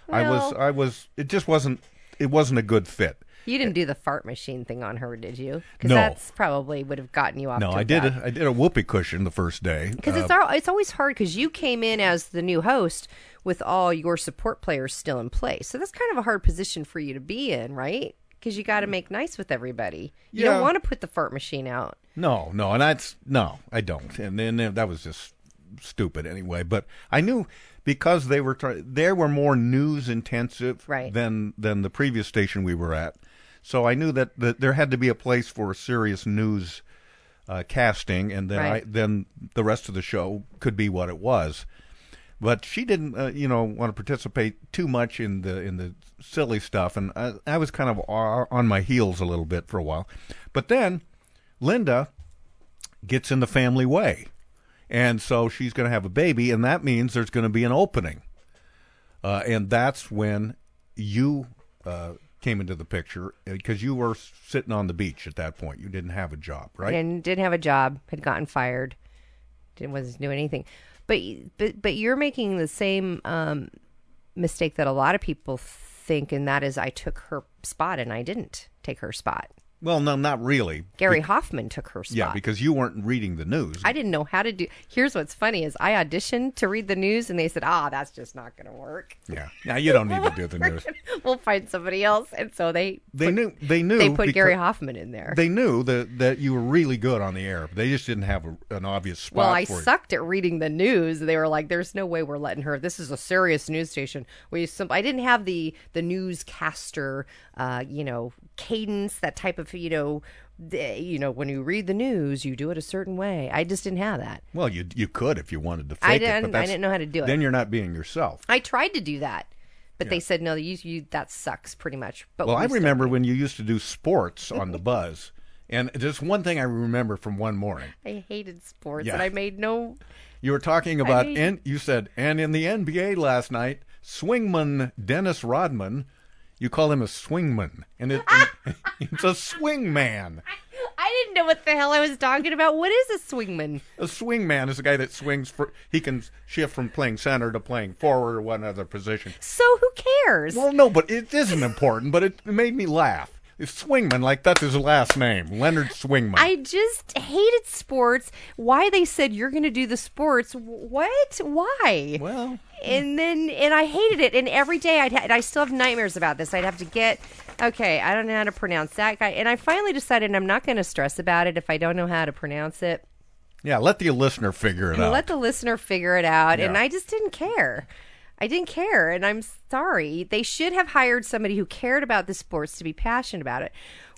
Speaker 10: I was
Speaker 5: No.
Speaker 10: I was it just wasn't it wasn't a good fit.
Speaker 5: You didn't do the fart machine thing on her, did you? Because
Speaker 10: No.
Speaker 5: that's probably would have gotten you off.
Speaker 10: no,
Speaker 5: to
Speaker 10: I
Speaker 5: a
Speaker 10: did
Speaker 5: bad
Speaker 10: a, I did a whoopee cushion the first day
Speaker 5: because it's
Speaker 10: uh,
Speaker 5: al- it's always hard because you came in as the new host with all your support players still in place. So that's kind of a hard position for you to be in, right? Because you got to make nice with everybody. You
Speaker 10: Mm. Yeah.
Speaker 5: don't want to put the fart machine out.
Speaker 10: No, no, and that's no, I don't. And then uh, that was just stupid anyway. But I knew because they were try- they were more news intensive
Speaker 5: Right.
Speaker 10: than than the previous station we were at. So I knew that, that there had to be a place for serious news uh, casting, and then I,
Speaker 5: Right.
Speaker 10: then the rest of the show could be what it was. But she didn't, uh, you know, want to participate too much in the in the silly stuff, and I, I was kind of o- on my heels a little bit for a while. But then Linda gets in the family way, and so she's going to have a baby, and that means there's going to be an opening, uh, and that's when you uh, came into the picture because you were sitting on the beach at that point. You didn't have a job, right?
Speaker 5: And didn't have a job, had gotten fired, didn't wasn't doing anything. But but but you're making the same um, mistake that a lot of people think, and that is I took her spot and I didn't take her spot.
Speaker 10: Well, no, not really.
Speaker 5: Gary
Speaker 10: Be-
Speaker 5: Hoffman took her spot.
Speaker 10: Yeah, because you weren't reading the news.
Speaker 5: I didn't know how to do. Here's what's funny is I auditioned to read the news and they said, "Ah, that's just not going to work.
Speaker 10: Yeah. Now you don't need to do the news.
Speaker 5: we'll find somebody else." And so they
Speaker 10: They knew. They knew.
Speaker 5: they put
Speaker 10: because-
Speaker 5: Gary Hoffman in there.
Speaker 10: They knew that that you were really good on the air. They just didn't have a, an obvious spot.
Speaker 5: well, I
Speaker 10: for you.
Speaker 5: sucked at reading the news. They were like, "There's no way we're letting her. This is a serious news station." We, some, I didn't have the the newscaster, uh, you know, cadence, that type of, you know, the, you know, when you read the news, you do it a certain way. I just didn't have that.
Speaker 10: Well, you you could if you wanted to fake
Speaker 5: I
Speaker 10: it, but
Speaker 5: didn't. I
Speaker 10: that's,
Speaker 5: didn't know how to do it.
Speaker 10: Then you're not being yourself.
Speaker 5: I tried to do that, but they said no. You, you that sucks pretty much. But
Speaker 10: well,
Speaker 5: we
Speaker 10: I
Speaker 5: still-
Speaker 10: remember when you used to do sports on the Buzz, and just one thing I remember from one morning.
Speaker 5: I hated sports,
Speaker 10: Yeah.
Speaker 5: and I made no.
Speaker 10: You were talking
Speaker 5: I
Speaker 10: about,
Speaker 5: mean-
Speaker 10: and you said, and in the NBA last night, swingman Dennis Rodman, you call him a swingman, and it, and- it's a swingman.
Speaker 5: I didn't know what the hell I was talking about. What is a swingman?
Speaker 10: A swingman is a guy that swings for. He can shift from playing center to playing forward or one other position.
Speaker 5: So who cares?
Speaker 10: Well, no, but it isn't important. But it made me laugh. It's swingman, like that's his last name, Leonard Swingman.
Speaker 5: I just hated sports. Why they said you're going to do the sports? What? Why?
Speaker 10: Well,
Speaker 5: and then and I hated it. And every day I'd ha- and I still have nightmares about this. I'd have to get okay. I don't know how to pronounce that guy. And I finally decided I'm not going to stress about it if I don't know how to pronounce it.
Speaker 10: yeah, let the listener figure it out.
Speaker 5: Let the listener figure it out. And
Speaker 10: Yeah.
Speaker 5: I just didn't care. I didn't care. And I'm sorry. They should have hired somebody who cared about the sports to be passionate about it.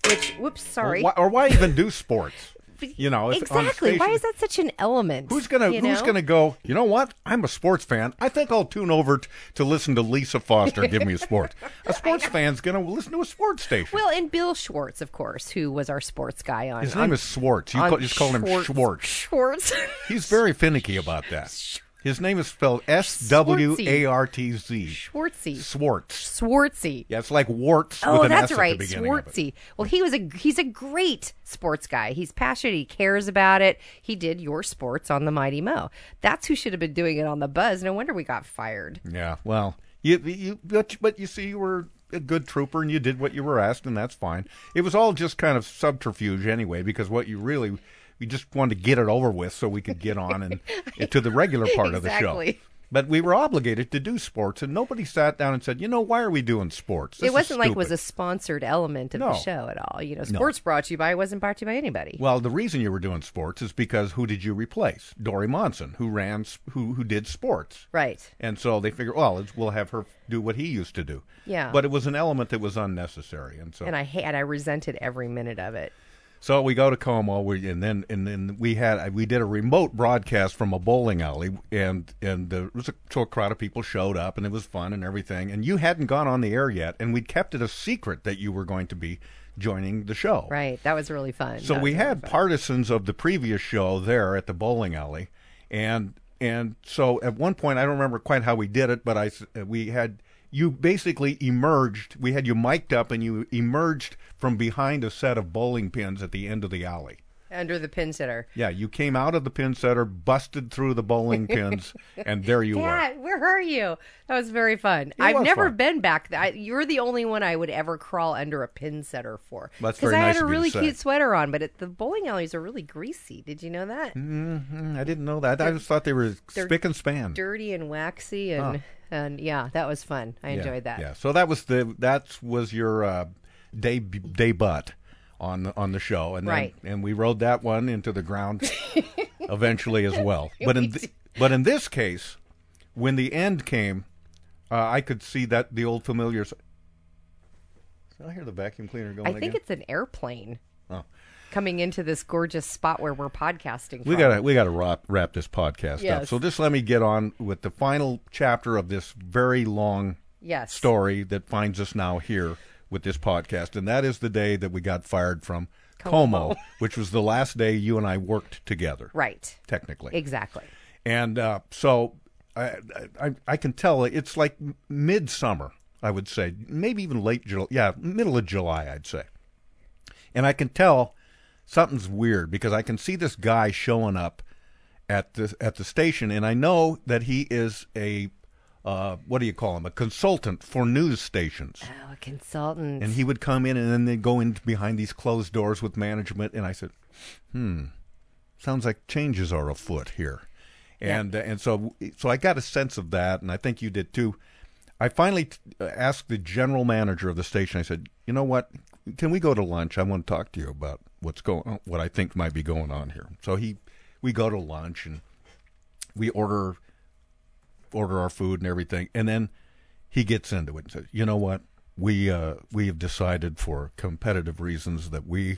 Speaker 5: Which, whoops, sorry.
Speaker 10: Or why, or why even do sports? You know, if- on
Speaker 5: exactly. Why
Speaker 10: station-
Speaker 5: is that such an element?
Speaker 10: Who's gonna
Speaker 5: you
Speaker 10: Who's
Speaker 5: know?
Speaker 10: gonna go? You know what? I'm a sports fan. I think I'll tune over t- to listen to Lisa Foster give me a sport. A sports fan's gonna listen to a sports station.
Speaker 5: Well, and Bill Schwartz, of course, who was our sports guy on.
Speaker 10: His
Speaker 5: on-
Speaker 10: name is Swartz. You
Speaker 5: on
Speaker 10: call, just call him
Speaker 5: Schwartz.
Speaker 10: Schwartz.
Speaker 5: Schwartz.
Speaker 10: He's very finicky about that. His name is spelled S W A R T Z.
Speaker 5: Schwartzy.
Speaker 10: Swartz.
Speaker 5: Swartzy.
Speaker 10: Yeah, it's like warts.
Speaker 5: Oh,
Speaker 10: with an S
Speaker 5: that's
Speaker 10: at the
Speaker 5: right,
Speaker 10: beginning of it.
Speaker 5: Swartzy. Well, he was a he's a great sports guy. He's passionate. He cares about it. He did your sports on the Mighty Mo. That's who should have been doing it on the Buzz. No wonder we got fired.
Speaker 10: Yeah. Well, you, you but, but you see, you were a good trooper and you did what you were asked, and that's fine. It was all just kind of subterfuge anyway, because what you really we just wanted to get it over with so we could get on and, and to the regular part of the show.
Speaker 5: Exactly.
Speaker 10: But we were obligated to do sports, and nobody sat down and said, "You know, why are we doing sports?" This
Speaker 5: it
Speaker 10: is
Speaker 5: wasn't like it was
Speaker 10: stupid."
Speaker 5: a sponsored element of
Speaker 10: No.
Speaker 5: the show at all. You know,
Speaker 10: No.
Speaker 5: sports brought to you by it wasn't brought to you by anybody.
Speaker 10: Well, the reason you were doing sports is because who did you replace? Dory Monson, who ran, s- who who did sports,
Speaker 5: Right.
Speaker 10: and so they figured, well, it's, we'll have her do what he used to do.
Speaker 5: Yeah.
Speaker 10: But it was an element that was unnecessary, and so
Speaker 5: And I hate. and I resented every minute of it.
Speaker 10: so we go to Como, we, and then and then we had we did a remote broadcast from a bowling alley, and and there was a, so a crowd of people showed up, and it was fun and everything. And you hadn't gone on the air yet, and we'd kept it a secret that you were going to be joining the show.
Speaker 5: Right. That was really fun.
Speaker 10: So
Speaker 5: That
Speaker 10: we
Speaker 5: was really
Speaker 10: had
Speaker 5: fun.
Speaker 10: partisans of the previous show there at the bowling alley, and and so at one point I don't remember quite how we did it, but I s- uh, we had you basically emerged. We had you mic'd up, and you emerged from behind a set of bowling pins at the end of the alley.
Speaker 5: under the pin sitter.
Speaker 10: Yeah, you came out of the pin setter, busted through the bowling pins, and there you were.
Speaker 5: Dad, where are you? That was very fun. I've
Speaker 10: was
Speaker 5: never
Speaker 10: fun.
Speaker 5: been back. th- I, you're the only one I would ever crawl under a pin setter for.
Speaker 10: That's
Speaker 5: because
Speaker 10: very
Speaker 5: I
Speaker 10: nice
Speaker 5: had a
Speaker 10: of you to
Speaker 5: really
Speaker 10: say.
Speaker 5: cute sweater on, but it, the bowling alleys are really greasy. Did you know that?
Speaker 10: hmm I didn't know that. I just thought they were
Speaker 5: They're
Speaker 10: spick and span.
Speaker 5: dirty and waxy, and and yeah, that was fun. I
Speaker 10: Yeah,
Speaker 5: enjoyed that.
Speaker 10: Yeah. So that was the that was your uh, day debut on the, on the show, and then,
Speaker 5: Right.
Speaker 10: and we rode that one into the ground eventually as well. But in th- but in this case, when the end came, uh, I could see that the old familiars. Did I hear the vacuum cleaner going.
Speaker 5: I think
Speaker 10: again?
Speaker 5: it's an airplane
Speaker 10: Oh.
Speaker 5: coming into this gorgeous spot where we're podcasting.
Speaker 10: We
Speaker 5: from.
Speaker 10: gotta we gotta wrap wrap this podcast up.
Speaker 5: Yes.
Speaker 10: So just let me get on with the final chapter of this very long
Speaker 5: Yes.
Speaker 10: story that finds us now here with this podcast, and that is the day that we got fired from Como,
Speaker 5: Como.
Speaker 10: which was the last day you and I worked together.
Speaker 5: Right.
Speaker 10: Technically.
Speaker 5: Exactly.
Speaker 10: And uh, so I, I I can tell it's like midsummer. I would say maybe even late July. Yeah, middle of July. I'd say and I can tell something's weird because I can see this guy showing up at the at the station, and I know that he is a uh, what do you call him? A consultant for news stations.
Speaker 5: Oh, a consultant.
Speaker 10: And he would come in, and then they'd go in behind these closed doors with management. And I said, "Hmm, sounds like changes are afoot here."
Speaker 18: Yeah.
Speaker 10: And uh, and so so I got a sense of that, and I think you did too. I finally t- uh, asked the general manager of the station. I said, "You know what? Can we go to lunch? I want to talk to you about what's going, what I think might be going on here." So he, we go to lunch and we order order our food and everything, and then he gets into it and says, "You know what? We uh, we have decided for competitive reasons that we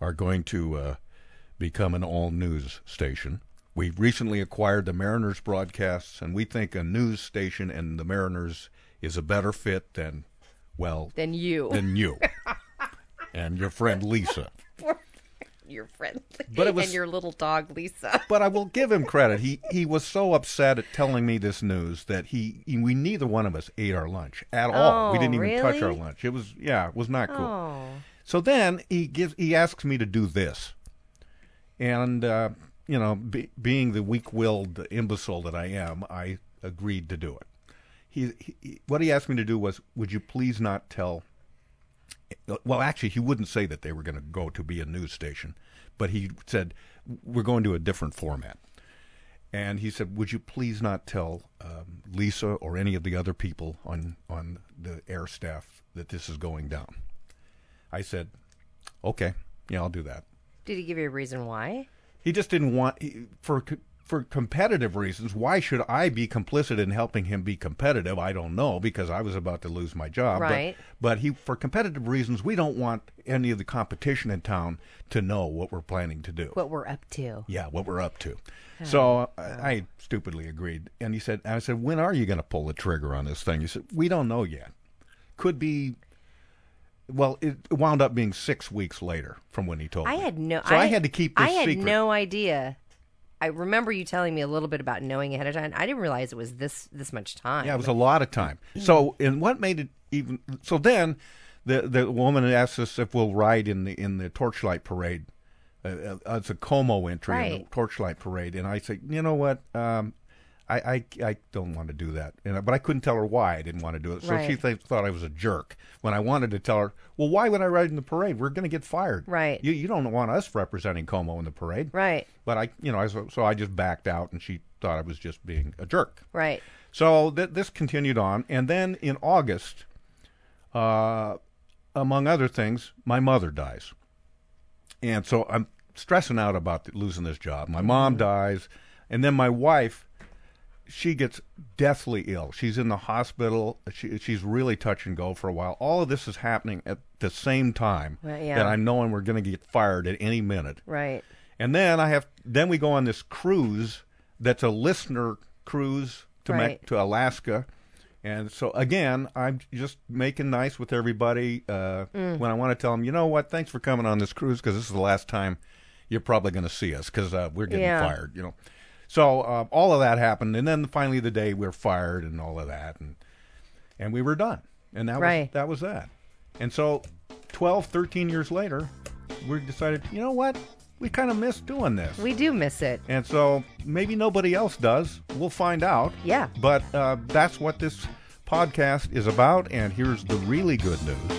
Speaker 10: are going to uh, become an all news station. We recently acquired the Mariners broadcasts, and we think a news station and the Mariners is a better fit than, well,
Speaker 5: Than you.
Speaker 10: than you, and your friend Lisa."
Speaker 5: your friend.
Speaker 10: But it was-
Speaker 5: and your little dog Lisa.
Speaker 10: but I will give him credit. He he was so upset at telling me this news that he we neither one of us ate our lunch at all. we
Speaker 5: Oh,
Speaker 10: didn't even touch our
Speaker 5: really?
Speaker 10: lunch. It was yeah, it was not cool.
Speaker 5: Oh.
Speaker 10: So then he gives he asks me to do this, and uh, you know, be, being the weak-willed imbecile that I am, I agreed to do it. He, he what he asked me to do was, would you please not tell? Well, actually, he wouldn't say that they were going to go to be a news station, but he said we're going to a different format. And he said, "Would you please not tell um, Lisa or any of the other people on on the air staff that this is going down?" I said, "Okay, yeah, I'll do that."
Speaker 5: Did he give you a reason why?
Speaker 10: He just didn't want he, for c- for competitive reasons, why should I be complicit in helping him be competitive? I don't know because I was about to lose my job. but-
Speaker 5: Right.
Speaker 10: But, he, for competitive reasons, we don't want any of the competition in town to know what we're planning to do.
Speaker 5: What we're up to.
Speaker 10: Yeah, what we're up to.
Speaker 5: Oh,
Speaker 10: So I, I stupidly agreed, and he said, "I said, when are you going to pull the trigger on this thing?" He said, "We don't know yet. Could be." Well, it wound up being six weeks later from when he told
Speaker 5: I
Speaker 10: me.
Speaker 5: had no.
Speaker 10: So I, had to keep this
Speaker 5: I had
Speaker 10: secret.
Speaker 5: no idea. I remember you telling me a little bit about knowing ahead of time. I didn't realize it was this this much time.
Speaker 10: Yeah, it was a lot of time. So, and what made it even so? Then, the the woman asked us if we'll ride in the in the torchlight parade. Uh, uh, it's a Como entry in the
Speaker 16: Right.
Speaker 10: torchlight parade, and I said, you know what, um, I, I I don't want to do that, and I, but I couldn't tell her why I didn't want to do it. So she
Speaker 16: Right.
Speaker 10: th- thought I was a jerk when I wanted to tell her, well, why would I ride in the parade? We're going to get fired.
Speaker 5: Right.
Speaker 10: You you don't want us representing Como in the parade.
Speaker 5: Right.
Speaker 10: But I you know I, so, so I just backed out, and she thought I was just being a jerk.
Speaker 5: Right.
Speaker 10: So th- this continued on, and then in August, uh, among other things, my mother dies, and so I'm stressing out about th- losing this job. My mom dies, and then my wife, she gets deathly ill. She's in the hospital. She, she's really touch and go for a while. All of this is happening at the same time
Speaker 5: Well, yeah.
Speaker 10: that I'm knowing we're going to get fired at any minute.
Speaker 5: Right.
Speaker 10: And then I have then we go on this cruise that's a listener cruise to Me-
Speaker 5: Right.
Speaker 10: to Alaska. And so again, I'm just making nice with everybody uh,
Speaker 16: Mm.
Speaker 10: when I want to tell them, you know what? Thanks for coming on this cruise because this is the last time you're probably going to see us because uh, we're getting
Speaker 16: Yeah.
Speaker 10: fired, you know. So uh, all of that happened, and then finally the day we're fired and all of that, and and we were done, and that was
Speaker 16: Right.
Speaker 10: that was that. And so 12, 13 years later, we decided, you know what? We kind of missed doing this.
Speaker 5: We do miss it.
Speaker 10: And so maybe nobody else does. We'll find out.
Speaker 5: Yeah.
Speaker 10: But uh, that's what this podcast is about. And here's the really good news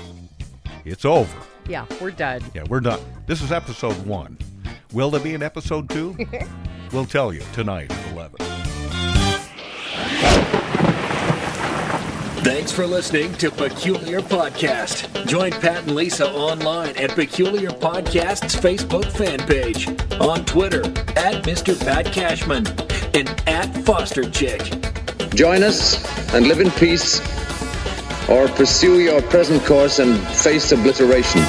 Speaker 10: it's over.
Speaker 5: Yeah, we're done.
Speaker 10: Yeah, we're done. This is episode one. Will there be an episode two? we'll tell you tonight at 11.
Speaker 2: Thanks for listening to Peculiar Podcast. Join Pat and Lisa online at Peculiar Podcast's Facebook fan page, on Twitter at Mr. Pat Cashman, and at Foster Chick.
Speaker 19: Join us and live in peace, or pursue your present course and face obliteration.